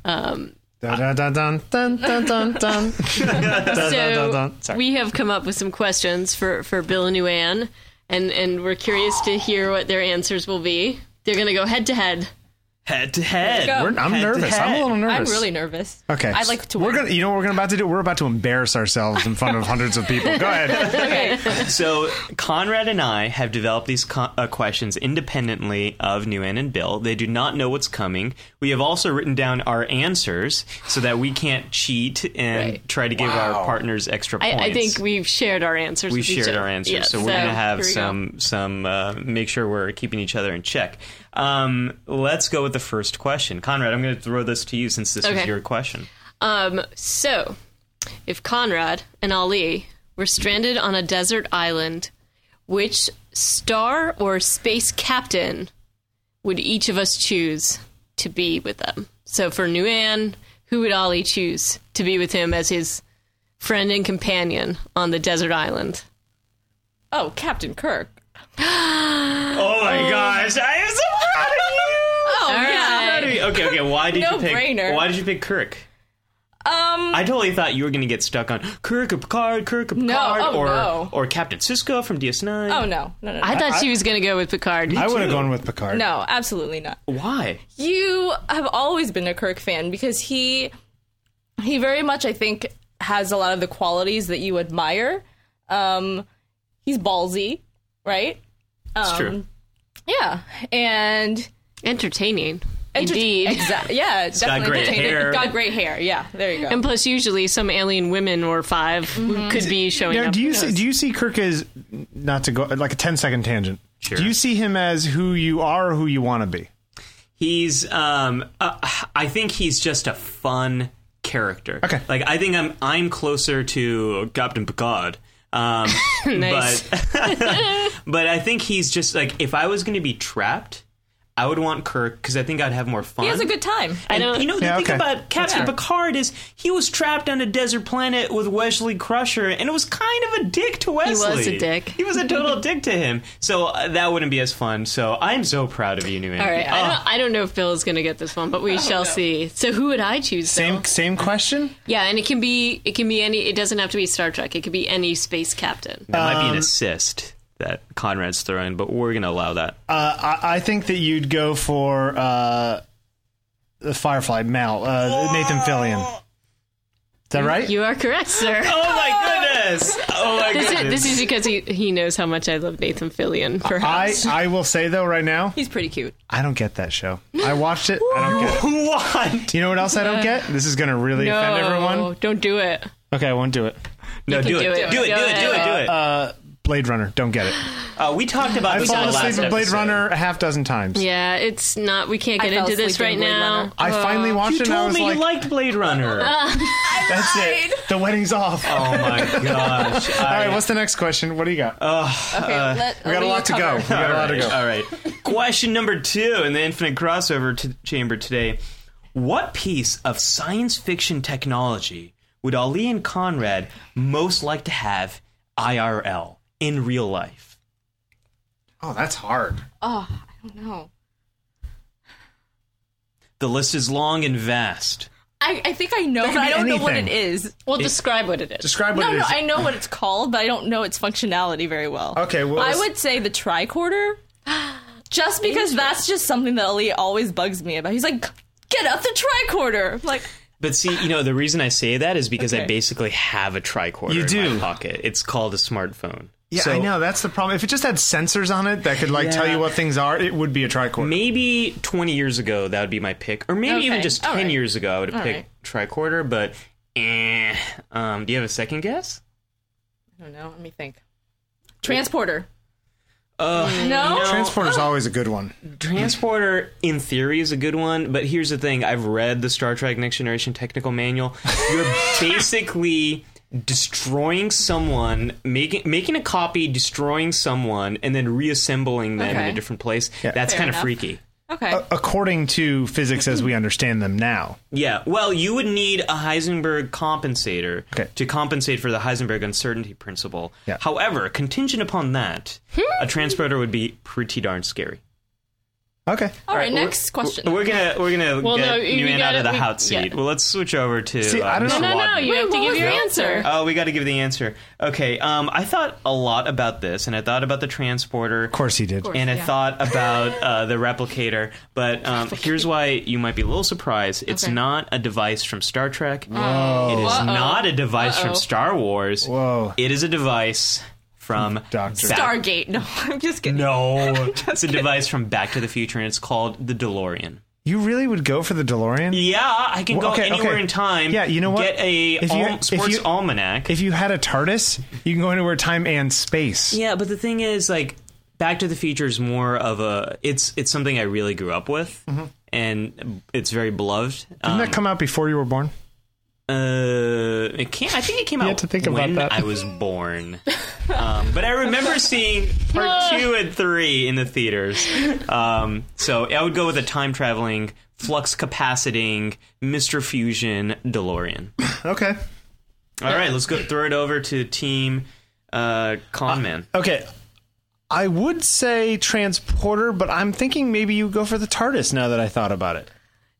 dun, dun, dun, dun, dun, dun, dun. So dun, dun. Sorry. we have come up with some questions for for Bill and Luann, and and we're curious to hear what their answers will be. They're going to go head to head. head to head. Go. We're, I'm Head to nervous. I'm a head. little I'm nervous. really nervous. Okay. I'd like to. We're win. gonna. You know what we're gonna about to do? We're about to embarrass ourselves in front of hundreds of people. Go ahead. So Conrad and I have developed these co- uh, questions independently of Nguyen and Bill. They do not know what's coming. We have also written down our answers so that we can't cheat and Right. try to give our partners extra I, points. I think we've shared our answers. we with each shared other. our answers, Yeah, so we're gonna here have we go. some some uh, make sure we're keeping each other in check. Um, let's go with the first question, Conrad. I'm going to throw this to you since this Okay. is your question. Um, so, if Conrad and Ali were stranded on a desert island, which star or space captain would each of us choose to be with them? So, for Nguyen, who would Ali choose to be with him as his friend and companion on the desert island? Oh, Captain Kirk. Oh my gosh, I am so proud of you! Oh All yeah. right. Okay, okay. Why did you pick? No-brainer. Why did you pick Kirk? Um. I totally thought you were going to get stuck on Kirk of Picard, Kirk of Picard, oh, or no. or Captain Cisco from DS9. Oh no. No. No. No. I thought she was going to go with Picard. I would too. have gone with Picard. no absolutely not. Why? you have always been a Kirk fan because he he very much I think has a lot of the qualities that you admire. Um he's ballsy, right? It's Um, true. Yeah. And Entertaining. Indeed. Exactly. Yeah, it's got definitely great entertaining. hair. Got great hair. Yeah, there you go. And plus, usually some alien women or 5 could be showing Now, up. do you Who see, knows? do you see Kirk as not to go like a 10 second tangent? Sure. Do you see him as who you are or who you want to be? He's um uh, I think he's just a fun character. Okay. Like I think I'm I'm closer to Captain Picard. Um Nice. but but I think he's just like if I was going to be trapped, I would want Kirk cuz I think I'd have more fun. he has a good time. I Uh, And, don't- you know the Yeah, thing okay. about Captain fair. Picard is he was trapped on a desert planet with Wesley Crusher, and it was kind of a dick to was Wesley. a dick. He was a total dick to him. So uh, that wouldn't be as fun. So I'm so proud of you, New All right, I, Oh, don't, I don't know if Bill is going to get this one, but we shall see. So who would I choose? Bill? Same same question. Yeah, and it can be it can be any. It doesn't have to be Star Trek. It could be any space captain. that might Um, be an assist that Conrad's throwing, but we're going to allow that. Uh, I, I think that you'd go for uh, the Firefly Mal uh, Nathan Fillion. Is that right? You are correct, sir. oh my goodness! Oh my This is, goodness! this is because he, he knows how much I love Nathan Fillion. I, Perhaps I will say though right now He's pretty cute. I don't get that show. I watched it. I don't get it. what? You know what else I don't get? This is gonna really offend everyone. don't do it. Okay, I won't do it. No, can do it. do it. Do it. Do it. Go Do it. Do ahead. it. Uh, Blade Runner. Don't get it. Uh, we talked about I've this on fallen the last asleep at Blade episode. Runner a half dozen times. Yeah, it's not. We can't I get fell into this asleep right in Blade now. Runner. I Uh, finally watched You it and I told was me like, you liked Blade Runner. that's it. The wedding's off. All oh my gosh! I- right, what's the next question? What do you got? Uh, Okay, let, we got a lot to go. We got a lot to go. All right. Question number two in the Infinite Crossover t- Chamber today. What piece of science fiction technology would Ali and Conrad most like to have IRL in real life? Oh, that's hard. Oh, I don't know. The list is long and vast. I, I think I know, but could I be don't know what it anything. is. Well, describe what it is. Describe what no, it no, is. I know what it's called, but I don't know its functionality very well. Okay, well, I let's- would say the tricorder, just because that's just something that Ali always bugs me about. He's like, "Get out the tricorder!" I'm like, But see, you know, the reason I say that is because I Okay. basically have a tricorder You in do. my pocket. It's called a smartphone. yeah, So I know. That's the problem. If it just had sensors on it that could like tell Yeah. you what things are, it would be a tricorder. Maybe 20 years ago, that would be my pick. Or maybe even Okay. just All 10 right. years ago, I would have All picked tricorder, but eh. Um, do you have a second guess? I don't know. Let me think. Transporter. Uh, No. Transporter's always a good one. Transporter, in theory, is a good one, but here's the thing I've read the Star Trek Next Generation technical manual. You're basically destroying someone, making making a copy, destroying someone, and then reassembling them in Okay. a different place. Yeah. That's Fair kind of enough. freaky. Okay. Uh, According to physics as we understand them now. Yeah, well, you would need a Heisenberg compensator Okay. to compensate for the Heisenberg uncertainty principle. Yeah. However, contingent upon that, a transporter would be pretty darn scary. Okay. All right, next question. uh, We're gonna we're gonna Well, get no, you Nguyen out gotta- of the we- hot seat. yeah. Well, let's switch over to. See, uh, I don't Mr. know. No, no, Wadman. you Wait, have to what give was your the answer. answer? Oh, we got to give the answer. Okay, um, I thought a lot about this, and I thought about the transporter. Of course he did. and I yeah. thought about uh, the replicator, but um, here's why you might be a little surprised. It's Okay. not a device from Star Trek. It is Uh-oh. not a device Uh-oh. from Star Wars. Whoa. It is a device from Doctor. Back- Stargate. No, I'm just kidding. No, it's a device from Back to the Future, and it's called the DeLorean. You really would go for the DeLorean? Yeah, I can Well, go okay, anywhere okay. in time. Yeah, you know what? Get a If you- al- if sports you- almanac. If you had a TARDIS, you can go anywhere time and space. Yeah, but the thing is, like, Back to the Future is more of a it's it's something I really grew up with, Mm-hmm. and it's very beloved. Um, Didn't that come out before you were born? uh, it can't. I think it came You out had to think about when that. I was born, um, but I remember seeing part two and three in the theaters. Um, so I would go with a time traveling, flux capaciting, Mister Fusion, DeLorean. Okay. All right, let's go throw it over to Team uh, Con Man. Okay. I would say transporter, but I'm thinking maybe you go for the TARDIS now that I thought about it.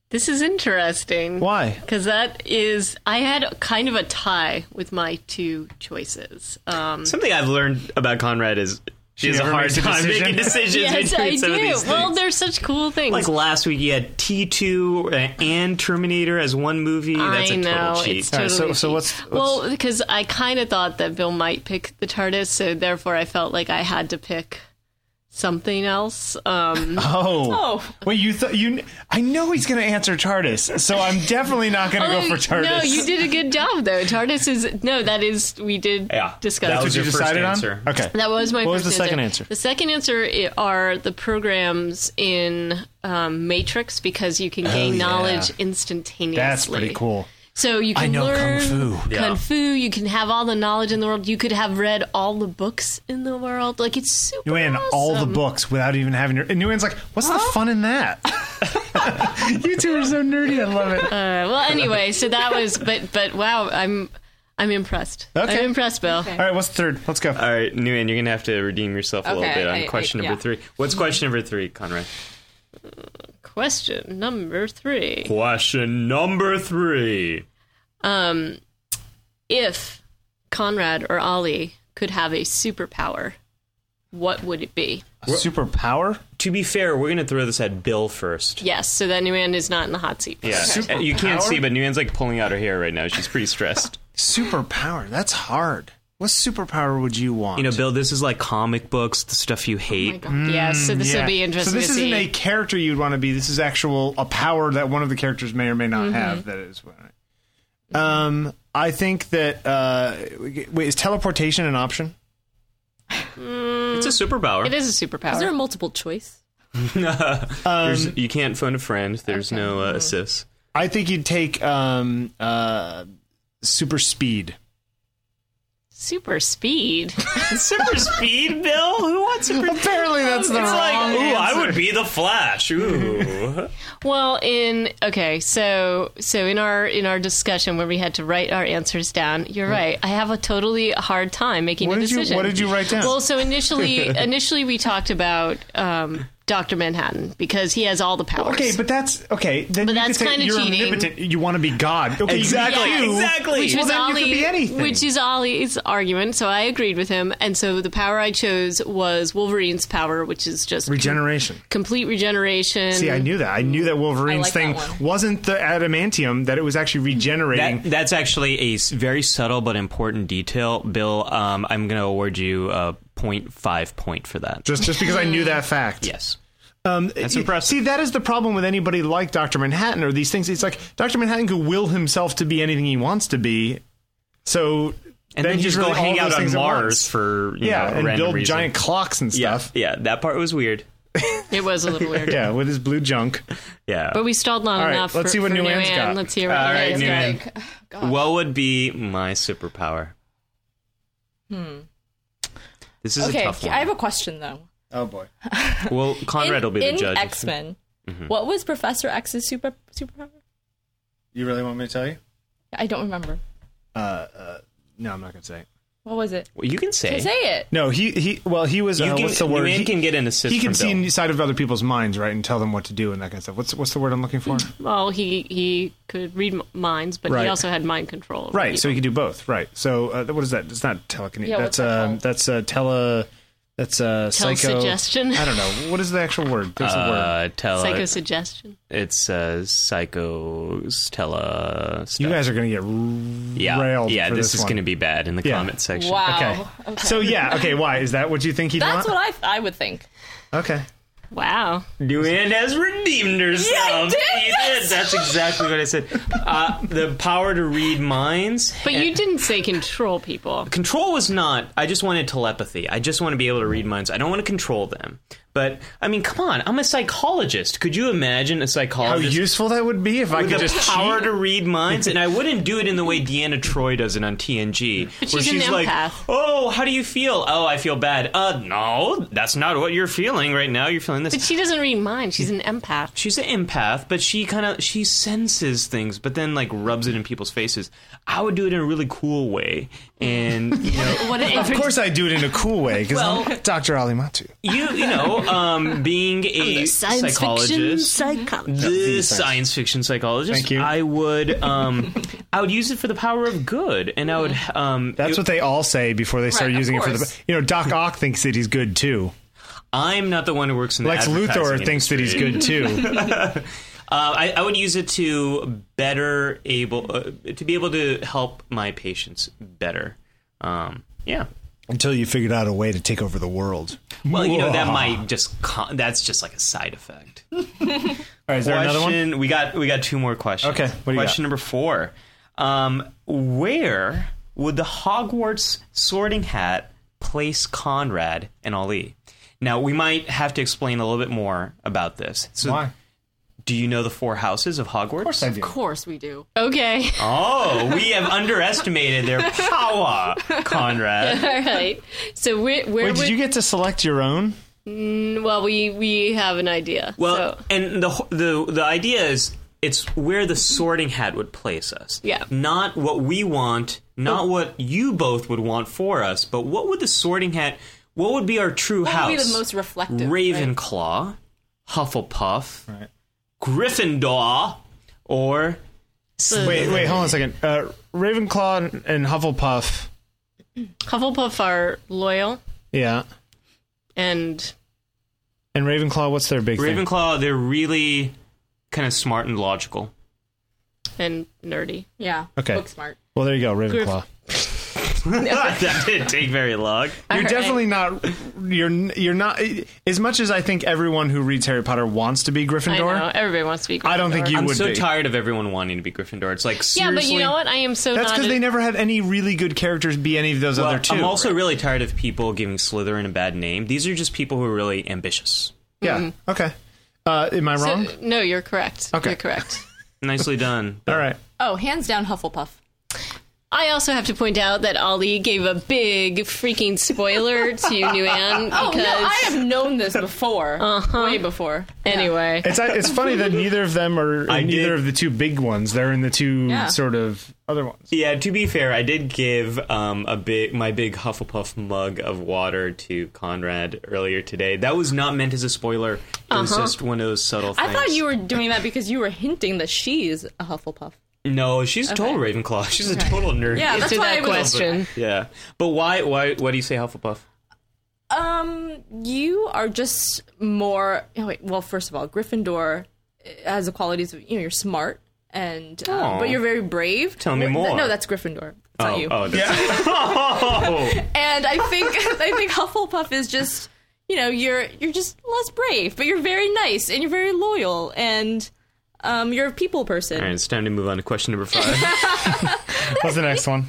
This is interesting. Why? Because that is, I had kind of a tie with my two choices. Um, Something I've learned about Conrad is she has a never hard makes a time decision. making decisions yes, between I some of do. these Well, things. they're such cool things. Like last week, you had T two uh, and Terminator as one movie. That's I a know total cheat. it's All right, totally. so- so cheap. what's- what's- well because I kind of thought that Bill might pick the TARDIS, so therefore I felt like I had to pick something else. Um, Oh. Oh. Wait, you thought you? I know he's going to answer TARDIS, so I'm definitely not going to go oh, for TARDIS. No, you did a good job though. TARDIS is no, that is we did Yeah, discuss. that That's what was you your first decided answer. on. Okay. That was my. What was first the second answer? The second answer i- are the programs in um, Matrix because you can gain Oh, yeah. knowledge instantaneously. That's pretty cool. So you can I know kung learn fu. Yeah. kung fu, You can have all the knowledge in the world. You could have read all the books in the world. Like it's super. You in all the awesome. books without even having your. And Nguyen's like, what's the fun in that? you two are so nerdy. I love it. Uh, well, anyway, so that was. But but wow, I'm I'm impressed. Okay. I'm impressed, Bill. All right, what's the third? Let's go. All right, Nguyen, you're gonna have to redeem yourself a little Okay, bit on I- I- question number yeah. three. What's question number three, Conrad? Question number three. Question number three. um, if Conrad or Ali could have a superpower, what would it be? Superpower? To be fair, we're gonna throw this at Bill first. Yes, so that Nguyen is not in the hot seat. Yeah, Okay. Uh, you can't Superpower? see, but Nguyen's like pulling out her hair right now. She's pretty stressed. Superpower. That's hard. What superpower would you want? you know, Bill, this is like comic books, the stuff you Oh my hate. God. yeah, so this will be interesting Mm, So this to isn't see. a character you'd want to be. This is actual a power that one of the characters may or may Mm-hmm. not have. That is. Um, I think that uh, wait, is teleportation an option? it's a superpower. it is a superpower. Is there a multiple choice? Um, There's- you can't phone a friend. There's no uh, assists. I think you'd take um, uh, super speed. Super speed. Super speed, Bill? Who wants super speed? Apparently, that's the It's wrong like, ooh, I answer. would be the Flash. Ooh. well, in okay, so so in our in our discussion where we had to write our answers down, you're right. I have a totally hard time making Hmm. What a did you- decision. what did you write down? Well, so initially initially we talked about um, Doctor Manhattan because he has all the powers. Okay, but that's okay. Then But you could that's say kinda you're cheating. omnipotent. You want to be God. Okay, you- Exactly, you- exactly. Which Well, was then you could Ollie, be anything. Which is Ollie's argument. So I agreed with him. And so the power I chose was Wolverine's power, which is just Regeneration. complete regeneration. See, I knew that. I knew that Wolverine's like thing that one. wasn't the adamantium; that it was actually regenerating. That, that's actually a s- very subtle but important detail. Bill, um, I'm going to award you a 0.5 point for that. just, just because I knew that fact. yes. Um, That's y- impressive. See, that is the problem with anybody like Doctor Manhattan or these things. It's like Doctor Manhattan could will himself to be anything he wants to be. So And then, he's just really go hang all out those on things at Mars once. for you yeah, know, a and random build reason. giant clocks and Yeah, stuff. yeah, that part was weird. It was a little weird. Yeah, with his blue junk. Yeah. But we stalled long All right, enough. let's for, see what for New Ann's Ann. got. Let's hear what All right, New Ann's Nguyen. What would be my superpower? Hmm. This is a Hmm. Okay, tough one. I have a question though. Oh boy. well, Conrad in, will be the in judge. Mm-hmm. X Men. What was Professor X's super superpower? You really want me to tell you? I don't remember. Uh, uh, no, I'm not going to say. it. What was it? Well, you can say. Say it. No, he he. Well, he was. You Uh, can, what's the word? Nguyen He- can get an assist. he from can see Bill. inside of other people's minds, right, and tell them what to do and that kind of stuff. What's what's the word I'm looking for? Mm-hmm. Well, he he could read m- minds, but Right. he also had mind control. over right, so people. he can do both. Right. So uh, what is that? It's not telekinesis. Yeah, that's what's that um, called? that's uh, tele. That's uh, psycho. Tele-suggestion? I don't know. What is the actual word? There's a word. Uh, tell Psychosuggestion. it's uh, psychos tele. You stuff. guys are going to get yeah, railed. yeah. for This, this, is one. going to be bad in the Yeah. comment section. Wow. Okay. Oh, Okay. So yeah. Okay. Why is that? What you think he'd That's want? what I I would think. okay. Wow. Nguyen has redeemed herself. I did. You did. That's exactly what I said. Uh, the power to read minds. But you didn't say control people. Control was not. I just wanted telepathy. I just want to be able to read minds. I don't want to control them. But I mean, come on. I'm a psychologist. Could you imagine a How psychologist? useful that would be if I with could the just power cheat? to read minds, and I wouldn't do it in the way Deanna Troy does it on TNG, But where she's an she's like, empath. "Oh, how do you feel? Oh, I feel bad. Uh, no, that's not what you're feeling right now. You're feeling this." But she doesn't read minds. She's an empath. she's an empath, but she kind of she senses things, but then like rubs it in people's faces. I would do it in a really cool way, and you know, What an Of course, I do it in a cool way because Well- I'm Dr. Alimatsu. you you know, um, being a science fiction psychologist. Mm-hmm. psychologist. the science fiction psychologist. Thank you. I would, um, I would use it for the power of good, and I would. Um, That's what they all say before they start Right, of using it for the. course. You know, Doc Ock thinks that he's good too. I'm not the one who works in the Lex advertising Luthor thinks that he's industry. good too. Uh, I, I would use it to better able uh, to be able to help my patients better. Um, yeah. Until you figured out a way to take over the world. Well, you know that might just con- that's just like a side effect. All right, is there another one? Question- We got we got two more questions. Okay, what do you Question number four: um, Where would the Hogwarts Sorting Hat place Conrad and Ali? Now we might have to explain a little bit more about this. So, Why? Of do you know the four houses of Hogwarts? Of course I do. Of course we do. Okay. Oh, we have underestimated their power, Conrad. All right. So where, where Wait, would did you get to select your own? well we we have an idea. Well, so, and the wh- the the idea is it's where the sorting hat would place us. Yeah. Not what we want, not what you both would want for us, but what would the sorting hat what would be our true What house? would be the most reflective? right? Ravenclaw, Hufflepuff, Right. Gryffindor, or Wait, wait, hold on a second. Uh, Ravenclaw and- and Hufflepuff. Hufflepuff are loyal Yeah, and and Ravenclaw. What's their big thing? Ravenclaw, they're really kind of smart and logical. and nerdy. Yeah. Okay. Book smart. Well, there you go, Ravenclaw. that didn't take very long. You're All right. definitely not. You're n- you're not. As much as I think everyone who reads Harry Potter wants to be I Gryffindor, know everybody wants to be. I don't think Gryffindor. you I'm would so be. tired of everyone wanting to be Gryffindor. It's like Yeah, seriously. but you know what? I am so That's not. because they never had any really good characters be any of those Well, other two. I'm also really tired of people giving Slytherin a bad name. These are just people who are really ambitious. yeah. Okay. Uh, am I So- wrong? no, you're correct. Okay. You're correct. Nicely done. All right. Oh, hands down Hufflepuff. I also have to point out that Ollie gave a big freaking spoiler to Nguyen because Oh, no, I have known this before. Way before. anyway, It's uh, it's funny that neither of them are I in did- either of the two big ones. They're in the two Yeah. sort of other ones. Yeah, to be fair, I did give um, a big my big Hufflepuff mug of water to Conrad earlier today. That was not meant as a spoiler. It was just one of those subtle Uh-huh. I things. thought you were doing that because you were hinting that she's a Hufflepuff. No, she's a total Ravenclaw. She's a total nerd. Yeah, that's answer why that I was- question. Yeah. But why why why do you say Hufflepuff? Um, you are just more. oh, wait, well, first of all, Gryffindor uh, has the qualities of you know you're smart and uh, Aw. but you're very brave. Tell me Wh- more. no, that's Gryffindor. It's oh, not you. oh, that's- oh. And I think I think Hufflepuff is just you know you're you're just less brave, but you're very nice and you're very loyal and um you're a people person. All right, it's time to move on to question number five. What's the next one?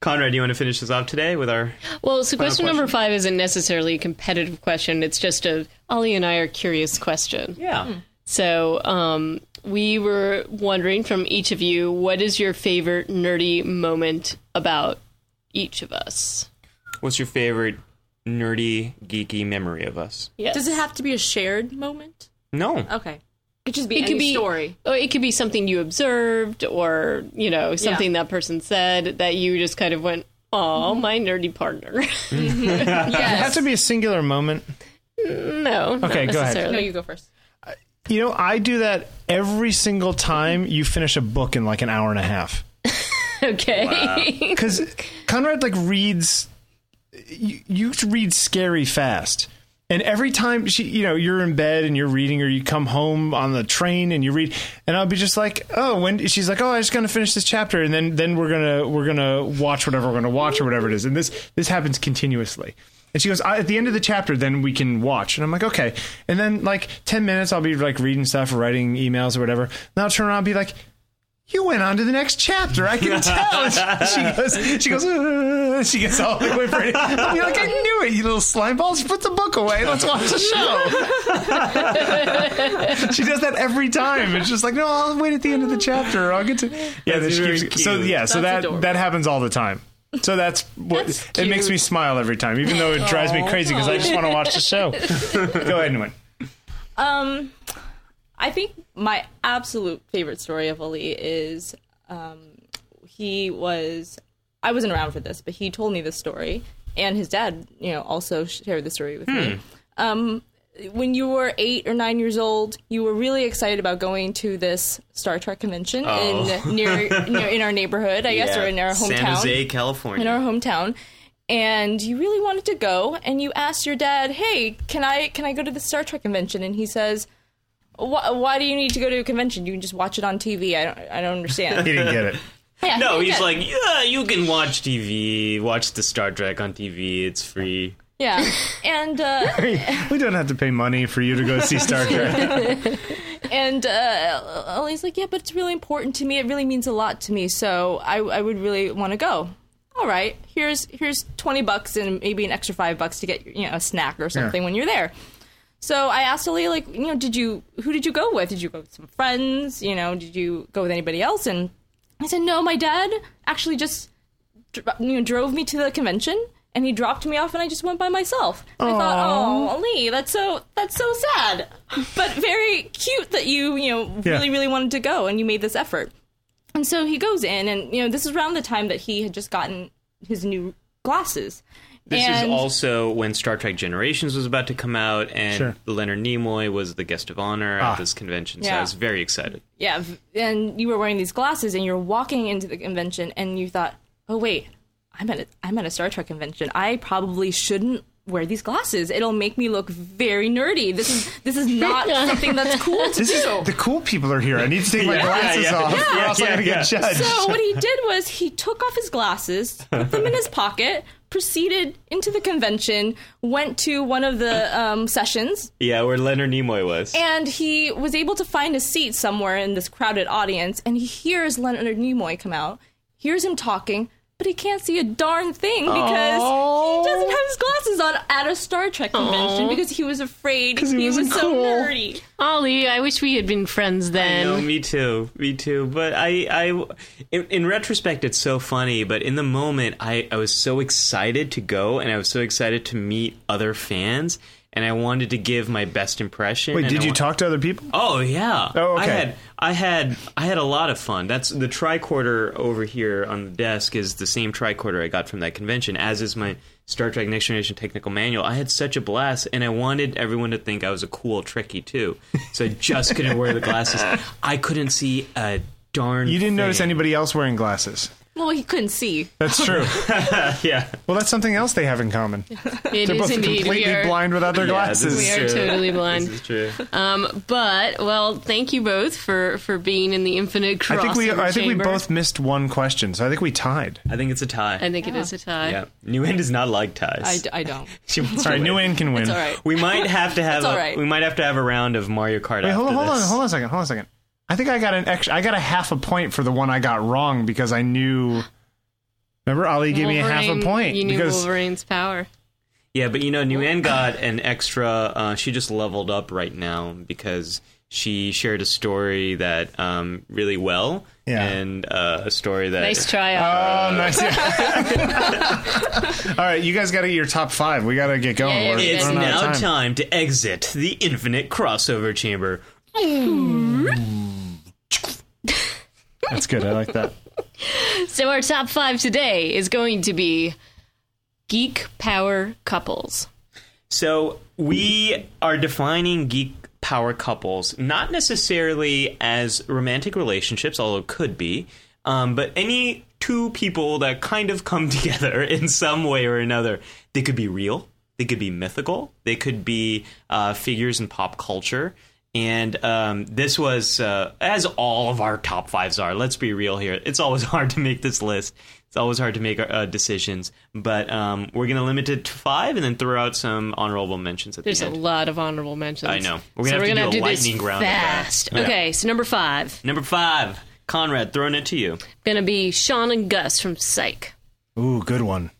Conrad, do you want to finish this off today with our? Well, so question, question. number five isn't necessarily a competitive question. It's just a Ollie and I are curious question. Yeah. Hmm. So um, we were wondering from each of you, what is your favorite nerdy moment about each of us? What's your favorite nerdy, geeky memory of us? Yes. Does it have to be a shared moment? No. Okay, it could just be It any could be story. Oh, it could be something you observed, or you know, something that person said that you just kind of went, Oh, my nerdy partner. It has to be a singular moment. no. not Okay, go ahead. necessarily. No, you go first. You know, I do that every single time you finish a book in like an hour and a half. Okay. because Conrad like reads you, you read scary fast. And every time she, you know, you're in bed and you're reading, or you come home on the train and you read, and I'll be just like, oh, when she's like, oh, I just gonna finish this chapter, and then then we're gonna we're gonna watch whatever we're gonna watch or whatever it is, and this this happens continuously. And she goes, I, at the end of the chapter, then we can watch, and I'm like, okay. And then like ten minutes, I'll be like reading stuff or writing emails or whatever, and I'll turn around and be like, you went on to the next chapter. I can tell. And she goes, she goes, "Uh," she gets all the way ready. I'll be like, I knew it, you little slime balls. Put the book away. Let's watch the show. she does that every time. It's just like, no, I'll wait at the end of the chapter. I'll get to. Yeah, That's she very keeps- so cute. yeah, so That's that adorable. that happens all the time. So that's what That's it makes me cute. smile every time, even though it drives me crazy because I just want to watch the show. Go ahead and win. Um, I think my absolute favorite story of Ali is um, he was. I wasn't around for this, but he told me this story, and his dad, you know, also shared the story with Hmm. me. Um, when you were eight or nine years old, you were really excited about going to this Star Trek convention in near, near in our neighborhood, I guess, or in our hometown Oh. San Jose, California. in our hometown and you really wanted to go and you asked your dad hey can i can i go to the star trek convention and he says "Wh- why do you need to go to a convention you can just watch it on tv i don't i don't understand He didn't get it. Yeah, no, he he's did. like, yeah, you can watch TV, watch the Star Trek on TV. It's free. yeah and uh We don't have to pay money for you to go see Star Trek. and uh, Ollie's like, yeah, but it's really important to me. It really means a lot to me. So I, I would really want to go. All right, here's here's twenty bucks and maybe an extra five bucks to get you know a snack or something Yeah. when you're there. So I asked Ollie, like, you know, did you who did you go with? Did you go with some friends? You know, did you go with anybody else? And I said, no, my dad actually just dr- you know, drove me to the convention. And he dropped me off, and I just went by myself. And I thought, oh, Lee, that's so that's so sad, but very cute that you you know Yeah. really really wanted to go and you made this effort. And so he goes in, and you know this is around the time that he had just gotten his new glasses. This and is also when Star Trek Generations was about to come out, and Sure. Leonard Nimoy was the guest of honor Ah. at this convention. So Yeah. I was very excited. yeah, v- and you were wearing these glasses, and you're walking into the convention, and you thought, oh wait, I'm at a I'm at a Star Trek convention. I probably shouldn't wear these glasses. It'll make me look very nerdy. This is this is not something that's cool to This is the cool people are here. I need to take my glasses yeah. off. Yeah, or else I'm yeah, gonna get yeah. judged. So what he did was he took off his glasses, put them in his pocket, proceeded into the convention, went to one of the um, sessions, Yeah, where Leonard Nimoy was. and he was able to find a seat somewhere in this crowded audience. And he hears Leonard Nimoy come out, hears him talking. But he can't see a darn thing because Oh. he doesn't have his glasses on at a Star Trek convention because he was afraid he was wasn't so cool. nerdy. Ollie, I wish we had been friends then. no, me too, me too. But I, I, in, in retrospect, it's so funny. But in the moment, I, I was so excited to go, and I was so excited to meet other fans, and I wanted to give my best impression. Wait, and did I you wa- talk to other people? Oh yeah. Oh, okay. I had I had I had a lot of fun. That's the tricorder over here on the desk is the same tricorder I got from that convention, as is my Star Trek Next Generation technical manual. I had such a blast, and I wanted everyone to think I was a cool trekkie too. So I just couldn't wear the glasses. I couldn't see a darn. You didn't notice thing. anybody else wearing glasses. Well, he couldn't see. That's true. Yeah. well, that's something else they have in common. It They're is both indeed. completely We are, blind without their Yeah, this is glasses. we are Sure. totally This blind. is true. Um, but well, thank you both for for being in the infinite I crossover think we I think we chamber. both missed one question, so I think we tied. I think it's a tie. I think it is a tie. yeah. New End does not like ties. I, d- I don't. She wants to All right, win. New Anne can win. It's all right. We might have to have That's all a, right. we might have to have a round of Mario Kart. Wait, after hold on, hold on, this. hold on a second, hold on a second. I think I got an extra. I got a half a point for the one I got wrong because I knew. Remember, Ali gave me a half a Wolverine- point You knew because Wolverine's power. Yeah, but you know, Nguyen got an extra. Uh, she just leveled up right now because she shared a story that um, really well, Yeah. and uh, a story that Nice try. Ollie. Oh, nice. All right, you guys got to get your top five. We got to get going. Yeah, We're yeah, It's running out of now time. time. to exit the infinite crossover chamber. That's good. I like that. So our top five today is going to be geek power couples. So we are defining geek power couples not necessarily as romantic relationships, although it could be, um, but any two people that kind of come together in some way or another. They could be real. They could be mythical. They could be uh, figures in pop culture. And um, this was, uh, as all of our top fives are, let's be real here. It's always hard to make this list. It's always hard to make uh, decisions. But um, we're going to limit it to five and then throw out some honorable mentions at There's the a end. lot of honorable mentions. I know. We're gonna have to do a this lightning round of that. fast. Yeah. Okay, so number five Number five, Conrad, throwing it to you. gonna be Sean and Gus from Psych Ooh, good one.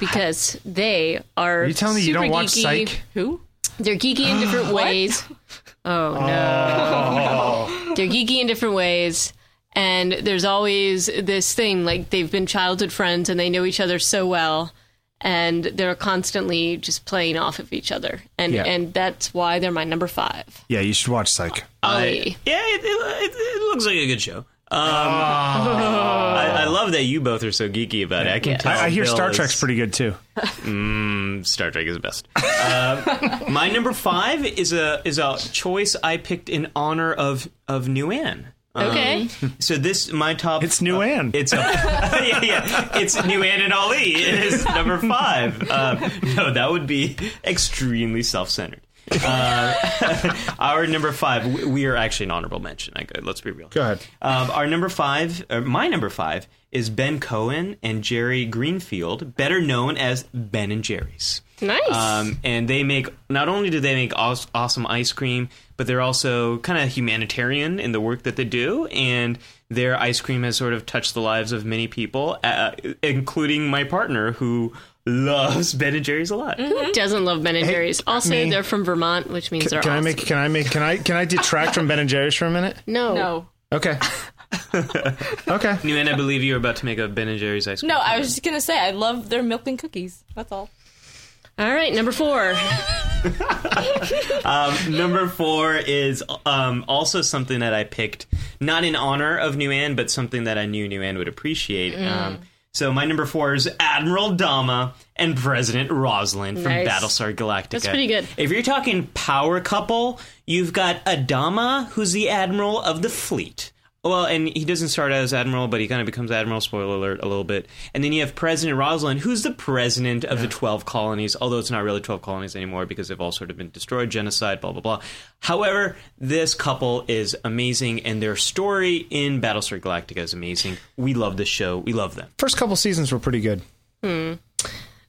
because they are. Are you telling me you super don't watch geeky. Psych? Who? They're geeky in different ways. Oh Oh. no. They're geeky in different ways. And there's always this thing like they've been childhood friends and they know each other so well and they're constantly just playing off of each other. And Yeah. and that's why they're my number 5. Yeah, you should watch Psych. Oh, Ollie. Yeah, it, it, it, it looks like a good show. Um, I, I love that you both are so geeky about it. I can tell. Ah. I, I hear Bill Star is- Trek's pretty good too. Star Trek is the best. Uh, my number five is a is a choice I picked in honor of of New Anne. Um, Okay. so this my top. Uh, It's New Anne. It's a yeah, yeah. It's New Anne and Ali. It is number five. Uh, no, that would be extremely self centered. Uh, our number five. We, we are actually an honorable mention. I, let's be real. Go ahead. Um, our number five, or my number five, is Ben Cohen and Jerry Greenfield, better known as Ben and Jerry's. Nice. Um, and they make not only do they make aw- awesome ice cream, but they're also kind of humanitarian in the work that they do. And their ice cream has sort of touched the lives of many people, uh, including my partner who loves Ben and Jerry's a lot. Who doesn't love Ben and Jerry's? Also, me. they're from Vermont, which means they're Can I awesome. make? Can I make? Can I? Can I detract from Ben and Jerry's for a minute? no. No. Okay. okay. New and I believe you were about to make a Ben and Jerry's ice cream. No, I was just gonna say I love their milk and cookies. That's all. All right, number 4. Number four is um, also something that I picked, not in honor of New Anne, but something that I knew New Anne would appreciate. Um, so my number four is Admiral Dama and President Rosalind from Nice. Battlestar Galactica. That's pretty good. If you're talking power couple, you've got Adama, who's the admiral of the fleet. Well, and he doesn't start out as admiral, but he kind of becomes admiral. Spoiler alert, a little bit. And then you have President Rosalind, who's the president of the twelve colonies, although it's not really twelve colonies anymore because they've all sort of been destroyed, genocide, blah blah blah. However, this couple is amazing, and their story in Battlestar Galactica is amazing. We love this show. We love them. First couple seasons were pretty good.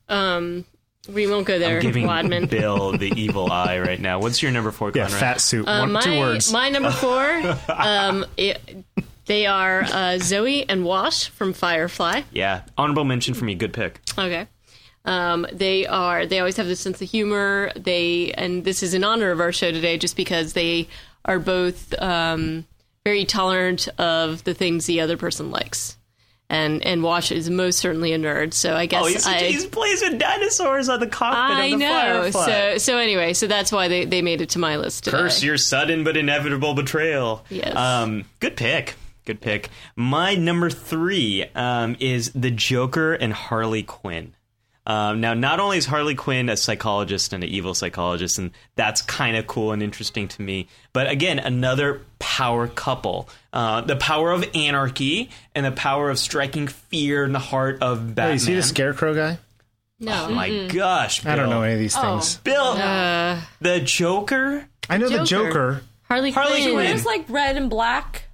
Um we won't go there, Giving Wadman. Bill the evil eye right now. What's your number four, Yeah, Conrad? fat suit. One, Uh, my, two words. My number four, um, it, they are uh, Zoe and Wash from Firefly. yeah, honorable mention for me. Good pick. Okay. Um, they are. They always have this sense of humor. They and this is in honor of our show today, just because they are both um, very tolerant of the things the other person likes. And and Wash is most certainly a nerd. So I guess Oh, he's, I, he's plays with dinosaurs on the cockpit I of the know. Firefly. So so anyway, so that's why they, they made it to my list today. Curse your sudden but inevitable betrayal. Yes. Um, good pick. Good pick. My number three um, is the Joker and Harley Quinn. Um, now, not only is Harley Quinn a psychologist and an evil psychologist, and that's kind of cool and interesting to me, but again, another power couple. Uh, the power of anarchy and the power of striking fear in the heart of Batman. Hey, is he the scarecrow guy? oh my gosh, Bill. I don't know any of Oh. these things. Bill, the Joker I know Joker. the Joker. Uh, Harley, Harley Quinn. Quinn. There's Oh. like red and black.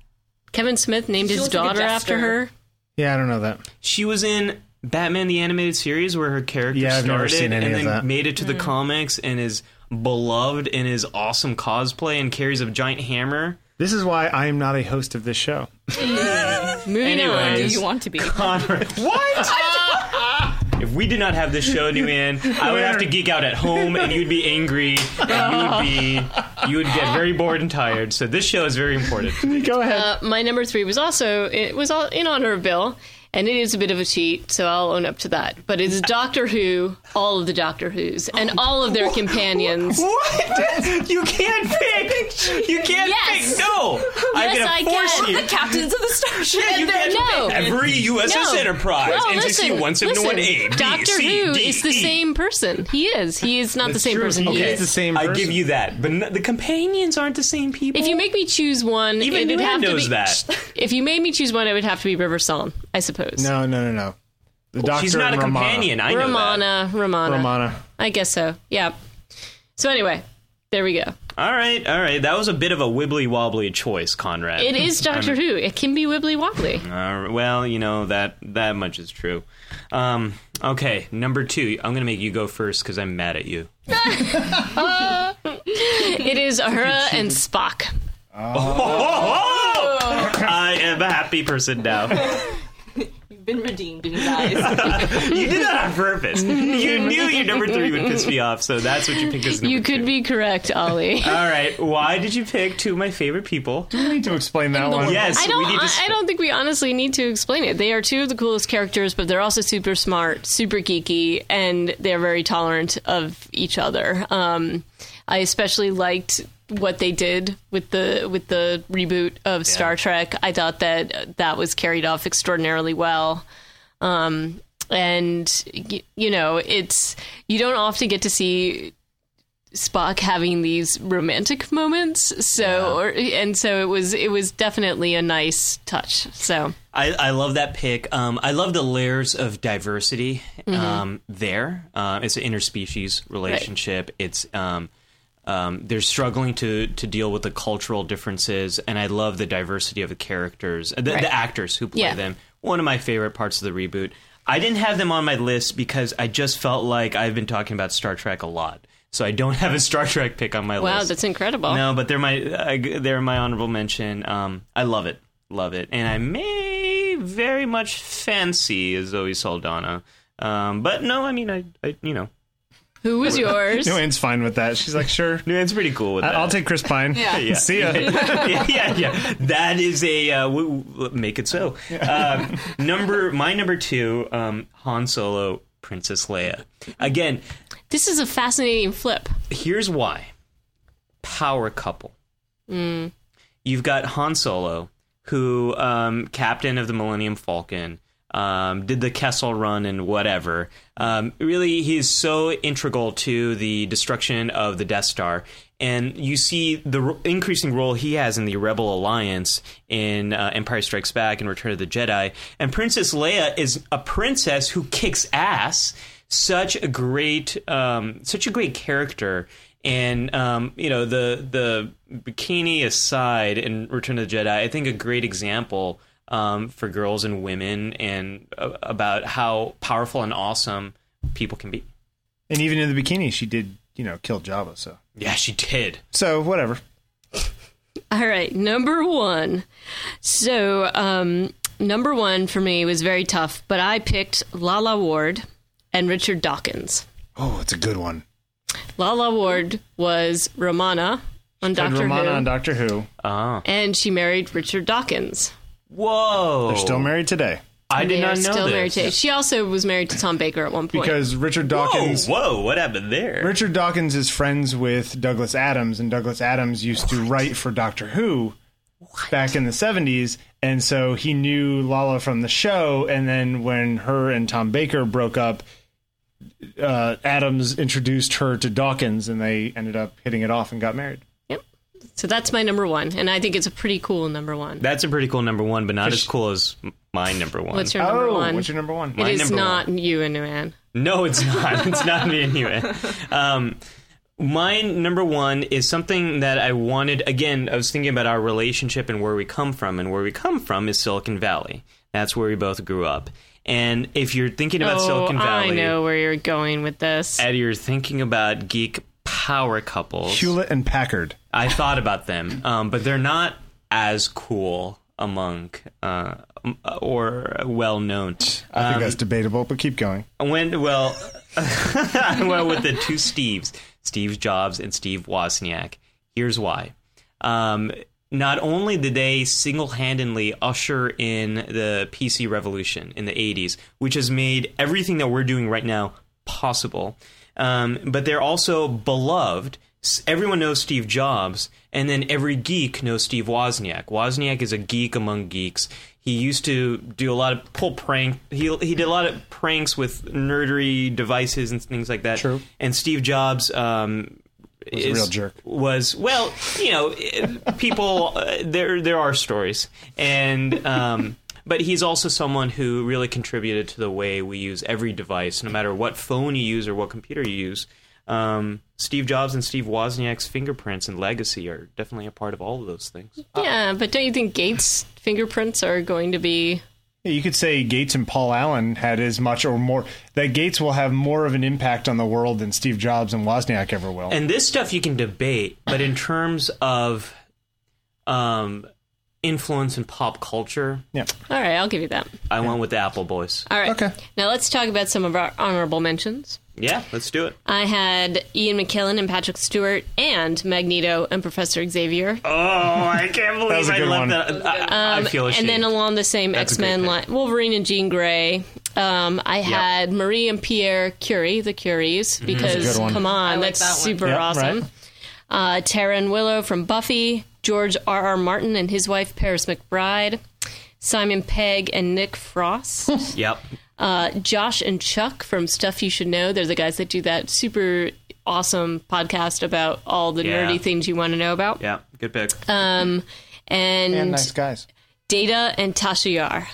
Kevin Smith named She his looks like a daughter after jester. her. Yeah, I don't know that. She was in Batman the animated series where her character Yeah, I've started never seen any and of then that. made it to the comics and is beloved in his awesome cosplay and carries a giant hammer. This is why I am not a host of this show. Moving on. Uh, Do Anyways. you want to be? Conrad, what? if we did not have this show, New Ann, I would have to geek out at home and you'd be angry and you would be you would get very bored and tired. So this show is very important. Go ahead. Uh, my number three was also it was all in honor of Bill, and it is a bit of a cheat, so I'll own up to that. But it's Doctor Who, all of the Doctor Who's, and Oh, all of their companions. What? You can't pick. You can't Yes. pick. No. I'm Yes, gonna I force can. you. The captains of the starship. Yeah, you can't No. pick every USS No. Enterprise. No, NTC listen, 1718. listen. Doctor Who is E. the same person. He is. He is not the same true. person. He He is. is the same I give person. you that, but n- the companions aren't the same people. If you make me choose one, Even it'd Luann have to knows be. that. If you made me choose one, it would have to be River Song, I suppose. No, no, no, no. The doctor. she's not a and Romana. companion. I know that. Romana, Romana, Romana. I guess so. Yeah. So anyway, there we go. All right, all right. That was a bit of a wibbly wobbly choice, Conrad. It is Doctor Who. It can be wibbly wobbly. Uh, well, you know that that much is true. Um, okay, number two. I'm gonna make you go first because I'm mad at you. It is Ahura and Spock. Oh! I am a happy person now. You've been redeemed in his eyes. you did that on purpose. You knew your number three would piss me off, so that's what you picked as number You could two. be correct, Ollie. All right. Why did you pick two of my favorite people? You need to explain that one. Yes, I don't. we need to. I, I don't think we honestly need to explain it. They are two of the coolest characters, but they're also super smart, super geeky, and they're very tolerant of each other. Um, I especially liked what they did with the with the reboot of Star Trek. I thought that that was carried off extraordinarily well. Um, and y- you know, it's you don't often get to see Spock having these romantic moments. So, or, and so it was. It was definitely a nice touch. So, I, I love that pick. Um, I love the layers of diversity Mm-hmm. um, there. Uh, it's an interspecies relationship. It's um, um, they're struggling to to deal with the cultural differences, and I love the diversity of the characters, the, Right. the actors who play Yeah. them. One of my favorite parts of the reboot. I didn't have them on my list because I just felt like I've been talking about Star Trek a lot, so I don't have a Star Trek pick on my list. wow, that's incredible. No, but they're my uh, they're my honorable mention. Um, I love it, love it, and I may very much fancy Zoe Saldana. Um, but no, I mean I, I you know, Who was yours? No, Anne's fine with that. She's like, sure. it's pretty cool with I- that. I'll take Chris Pine. Yeah. Yeah. See ya. yeah, yeah, yeah. That is a uh, w- w- make it so. Um, number my number two, um, Han Solo, Princess Leia. Again, this is a fascinating flip. here's why power couple you've got han solo who um, captain of the millennium falcon um, did the kessel run and whatever um, really he's so integral to the destruction of the death star and you see the r- increasing role he has in the rebel alliance in uh, empire strikes back and return of the jedi and princess leia is a princess who kicks ass such a great um, such a great character and um, you know the the bikini aside in Return of the Jedi, I think a great example um, for girls and women and uh, about how powerful and awesome people can be. And even in the bikini, she did, you know, kill Java. So, Yeah, she did. so whatever. All right, number one. So, um, number one for me was very tough, but I picked Lala Ward and Richard Dawkins. Oh, it's a good one. Lala Ward was Romana on Played Doctor Romana Who, on Doctor Who. Ah, and she married Richard Dawkins. whoa! They're still married today I did They not are know still this. married to- She also was married to Tom Baker at one point. because Richard Dawkins. Whoa, whoa! What happened there? Richard Dawkins is friends with Douglas Adams, and Douglas Adams used to write for Doctor Who back in the 70s. And so he knew Lala from the show. And then when her and Tom Baker broke up, uh, Adams introduced her to Dawkins, and they ended up hitting it off and got married. Yep. So that's my number one, and I think it's a pretty cool number one. That's a pretty cool number one, but not as cool as m- my number one. What's your number oh, one? what's your number one? It is number not you and Nuan. No, it's not. It's not me anyway. Um, my number one is something that I wanted. Again, I was thinking about our relationship and where we come from, and where we come from is Silicon Valley. That's where we both grew up. And if you're thinking about Oh, Silicon Valley, I know where you're going with this. and you're thinking about geek power couples, Hewlett and Packard. I thought about them, um, but they're not as cool among uh, m- or well known. I Um, think that's debatable, but keep going. When well, I went with the two Steves, Steve Jobs and Steve Wozniak. Here's why. Um, not only did they single handedly usher in the PC revolution in the 80s, which has made everything that we're doing right now possible, um, but they're also beloved. S- Everyone knows Steve Jobs, and then every geek knows Steve Wozniak. Wozniak is a geek among geeks. He used to do a lot of pull prank. He he did a lot of pranks with nerdery devices and things like that. True. And Steve Jobs um, Was a real jerk. was well, you know, people uh, there there are stories, and um, but he's also someone who really contributed to the way we use every device, no matter what phone you use or what computer you use. Um, Steve Jobs and Steve Wozniak's fingerprints and legacy are definitely a part of all of those things. yeah, but don't you think Gates' fingerprints are going to be? Yeah, You could say Gates and Paul Allen had as much or more. That Gates will have more of an impact on the world than Steve Jobs and Wozniak ever will. and this stuff you can debate, but in terms of um, influence in pop culture, yeah. All right, I'll give you that. I went with the Apple Boys. All right. Okay. Now let's talk about some of our honorable mentions. Yeah, let's do it. I had Ian McKellen and Patrick Stewart and Magneto and Professor Xavier. Oh, I can't believe was a I good left one. that. I, I feel Um, and ashamed. then along the same That's a X great Men pick. line, Wolverine and Jean Grey. Um, I had Marie and Pierre Curie, the Curies, Mm-hmm. because good one. come on, like that's that one. super Yeah, awesome. right. Uh, Tara and Willow from Buffy, George R. R. Martin and his wife Paris McBride, Simon Pegg and Nick Frost. Yep. uh, Josh and Chuck from Stuff You Should Know. They're the guys that do that super awesome podcast about all the Yeah. nerdy things you want to know about. Yeah. Good pick. Um, And, And nice guys. Data and Tasha Yar.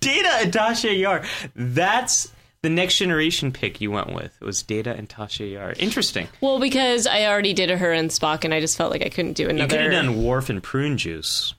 Data and Tasha Yar. That's the next generation pick you went with. was Data and Tasha Yar. Interesting. Well, because I already did a her and Spock, and I just felt like I couldn't do another. You could have done Wharf and Prune Juice.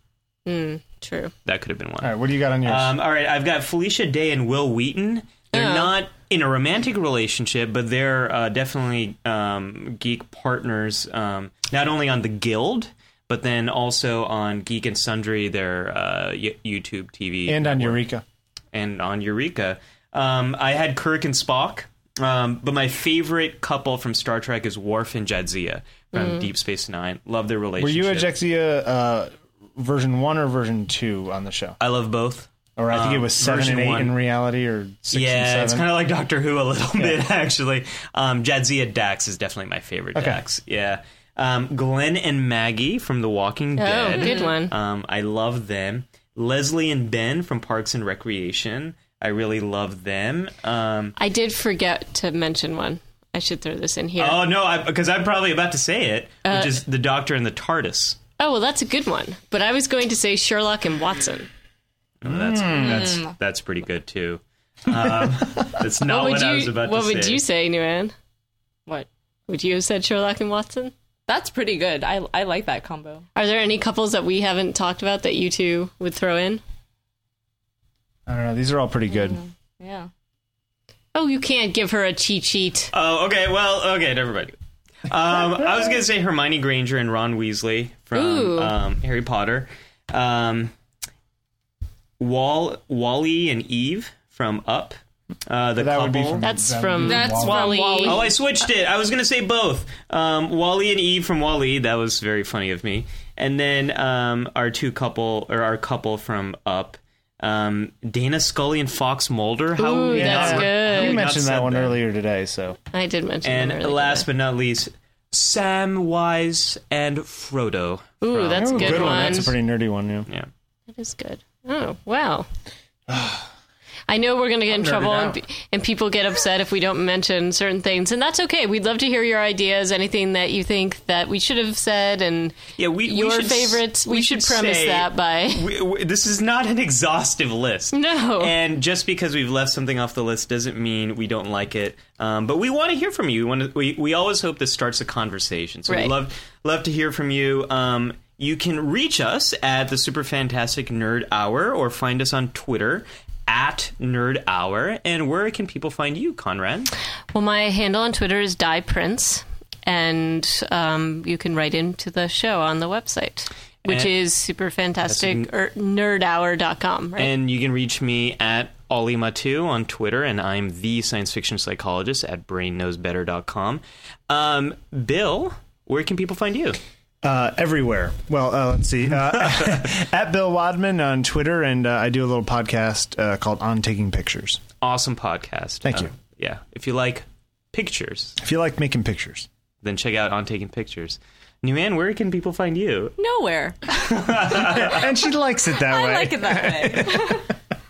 True. That could have been one. All right. What do you got on yours? Um, all right, I've got Felicia Day and Will Wheaton. They're not in a romantic relationship, but they're uh, definitely um, geek partners, um, not only on the Guild, but then also on Geek and Sundry, their uh, y- YouTube TV, and on Eureka. and on Eureka. Um, I had Kirk and Spock, um, but my favorite couple from Star Trek is Worf and Jadzia from Deep Space Nine. Love their Were relationship. you a Jexia uh, version one or version two on the show? I love both. Um, Or I think it was seven version and eight one. in reality, or six and Yeah, seven. it's kind of like Doctor Who a little bit, actually. Um, Jadzia Dax is definitely my favorite Dax. Yeah. Um, Glenn and Maggie from The Walking Dead. Oh, good one. Um, I love them. Leslie and Ben from Parks and Recreation. I really love them. Um, I did forget to mention one. I should throw this in here. Oh, oh, no, because I'm probably about to say it, Uh, which is The Doctor and the TARDIS. Oh, well, that's a good one. But I was going to say Sherlock and Watson. Oh, that's, Hmm. that's, that's pretty good, too. Um, that's not what, What would I you? was about what to would say. you say, Nguyen? What? Would you have said Sherlock and Watson? That's pretty good. I I like that combo. Are there any couples that we haven't talked about that you two would throw in? I don't know. These are all pretty good. Yeah. Oh, you can't give her a cheat sheet. Oh, okay. Well, okay. Never mind. Um, I was gonna say Hermione Granger and Ron Weasley from Ooh. um, Harry Potter. Um, Wall, Wally and Eve from Up. Uh, the That would be couple. from. That's that would from- be That's Wall-E. from Wally. Wall-E. Oh, I switched it. I was gonna say both. Um, Wally and Eve from Wally. That was very funny of me. And then um, our two couple or our couple from Up. Um, Dana Scully and Fox Mulder. How Ooh, yeah. that's You good. not mentioned said that one that. earlier today, so I did mention And that earlier. last but not least, Samwise and Frodo. Ooh, from- that's a Ooh, good, one. That's a pretty nerdy one. Yeah. yeah. That is good. Oh, wow. I know we're going to get in nerded trouble and, out. pe- and people get upset if we don't mention certain things, and that's okay. We'd love to hear your ideas, anything that you think that we should have said, and Yeah, we we your should s- favorites. We, should, premise say- that by. We, we, this is not an exhaustive list. No. And just because we've left something off the list doesn't mean we don't like it. Um, but we want to hear from you. We, want to, we we always hope this starts a conversation. So we Right. love love to hear from you. Um, you can reach us at the Super Fantastic Nerd Hour or find us on Twitter at Nerd Hour. And where can people find you, Conrad? Well, my handle on Twitter is Die Prince, and um, you can write into the show on the website, which And- is er, super fantastic or nerdhour.com, right? And you can reach me at Ollie Matu on Twitter, and I'm the science fiction psychologist at brainknowsbetter.com. Um, Bill, where can people find you? uh, everywhere. Well, uh, let's see. Uh, at Bill Wadman on Twitter, and uh, I do a little podcast uh, called On Taking Pictures. Awesome podcast. Uh, Thank you. Yeah. If you like pictures, If you like making pictures, then check out On Taking Pictures. Nuan, where can people find you? Nowhere. and she likes it that I way. like it that way.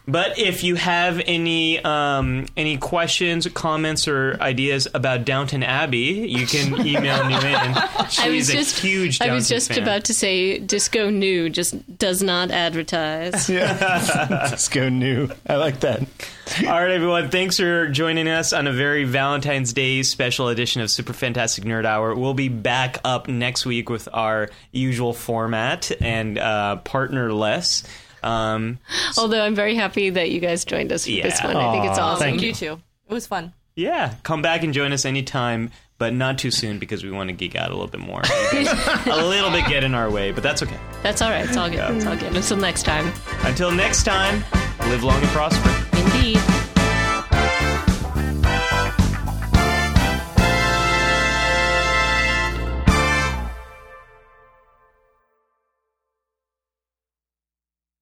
But if you have any um, any questions, comments, or ideas about Downton Abbey, you can email Nuan. She's I was a just huge. Downton I was just fan. about to say Disco New just does not advertise. Let's go new. I like that. All right, everyone. Thanks for joining us on a very Valentine's Day special edition of Super Fantastic Nerd Hour. We'll be back up next week with our usual format and uh, partner less. Um, Although I'm very happy that you guys joined us for this Yeah. one. I think it's Aw, awesome. thank you too. It was fun. yeah, come back and join us anytime, but not too soon because we want to geek out a little bit more. a little bit get in our way, but that's okay. That's all right. It's all good. It's all good. Until next time. Until next time, live long and prosper. Indeed.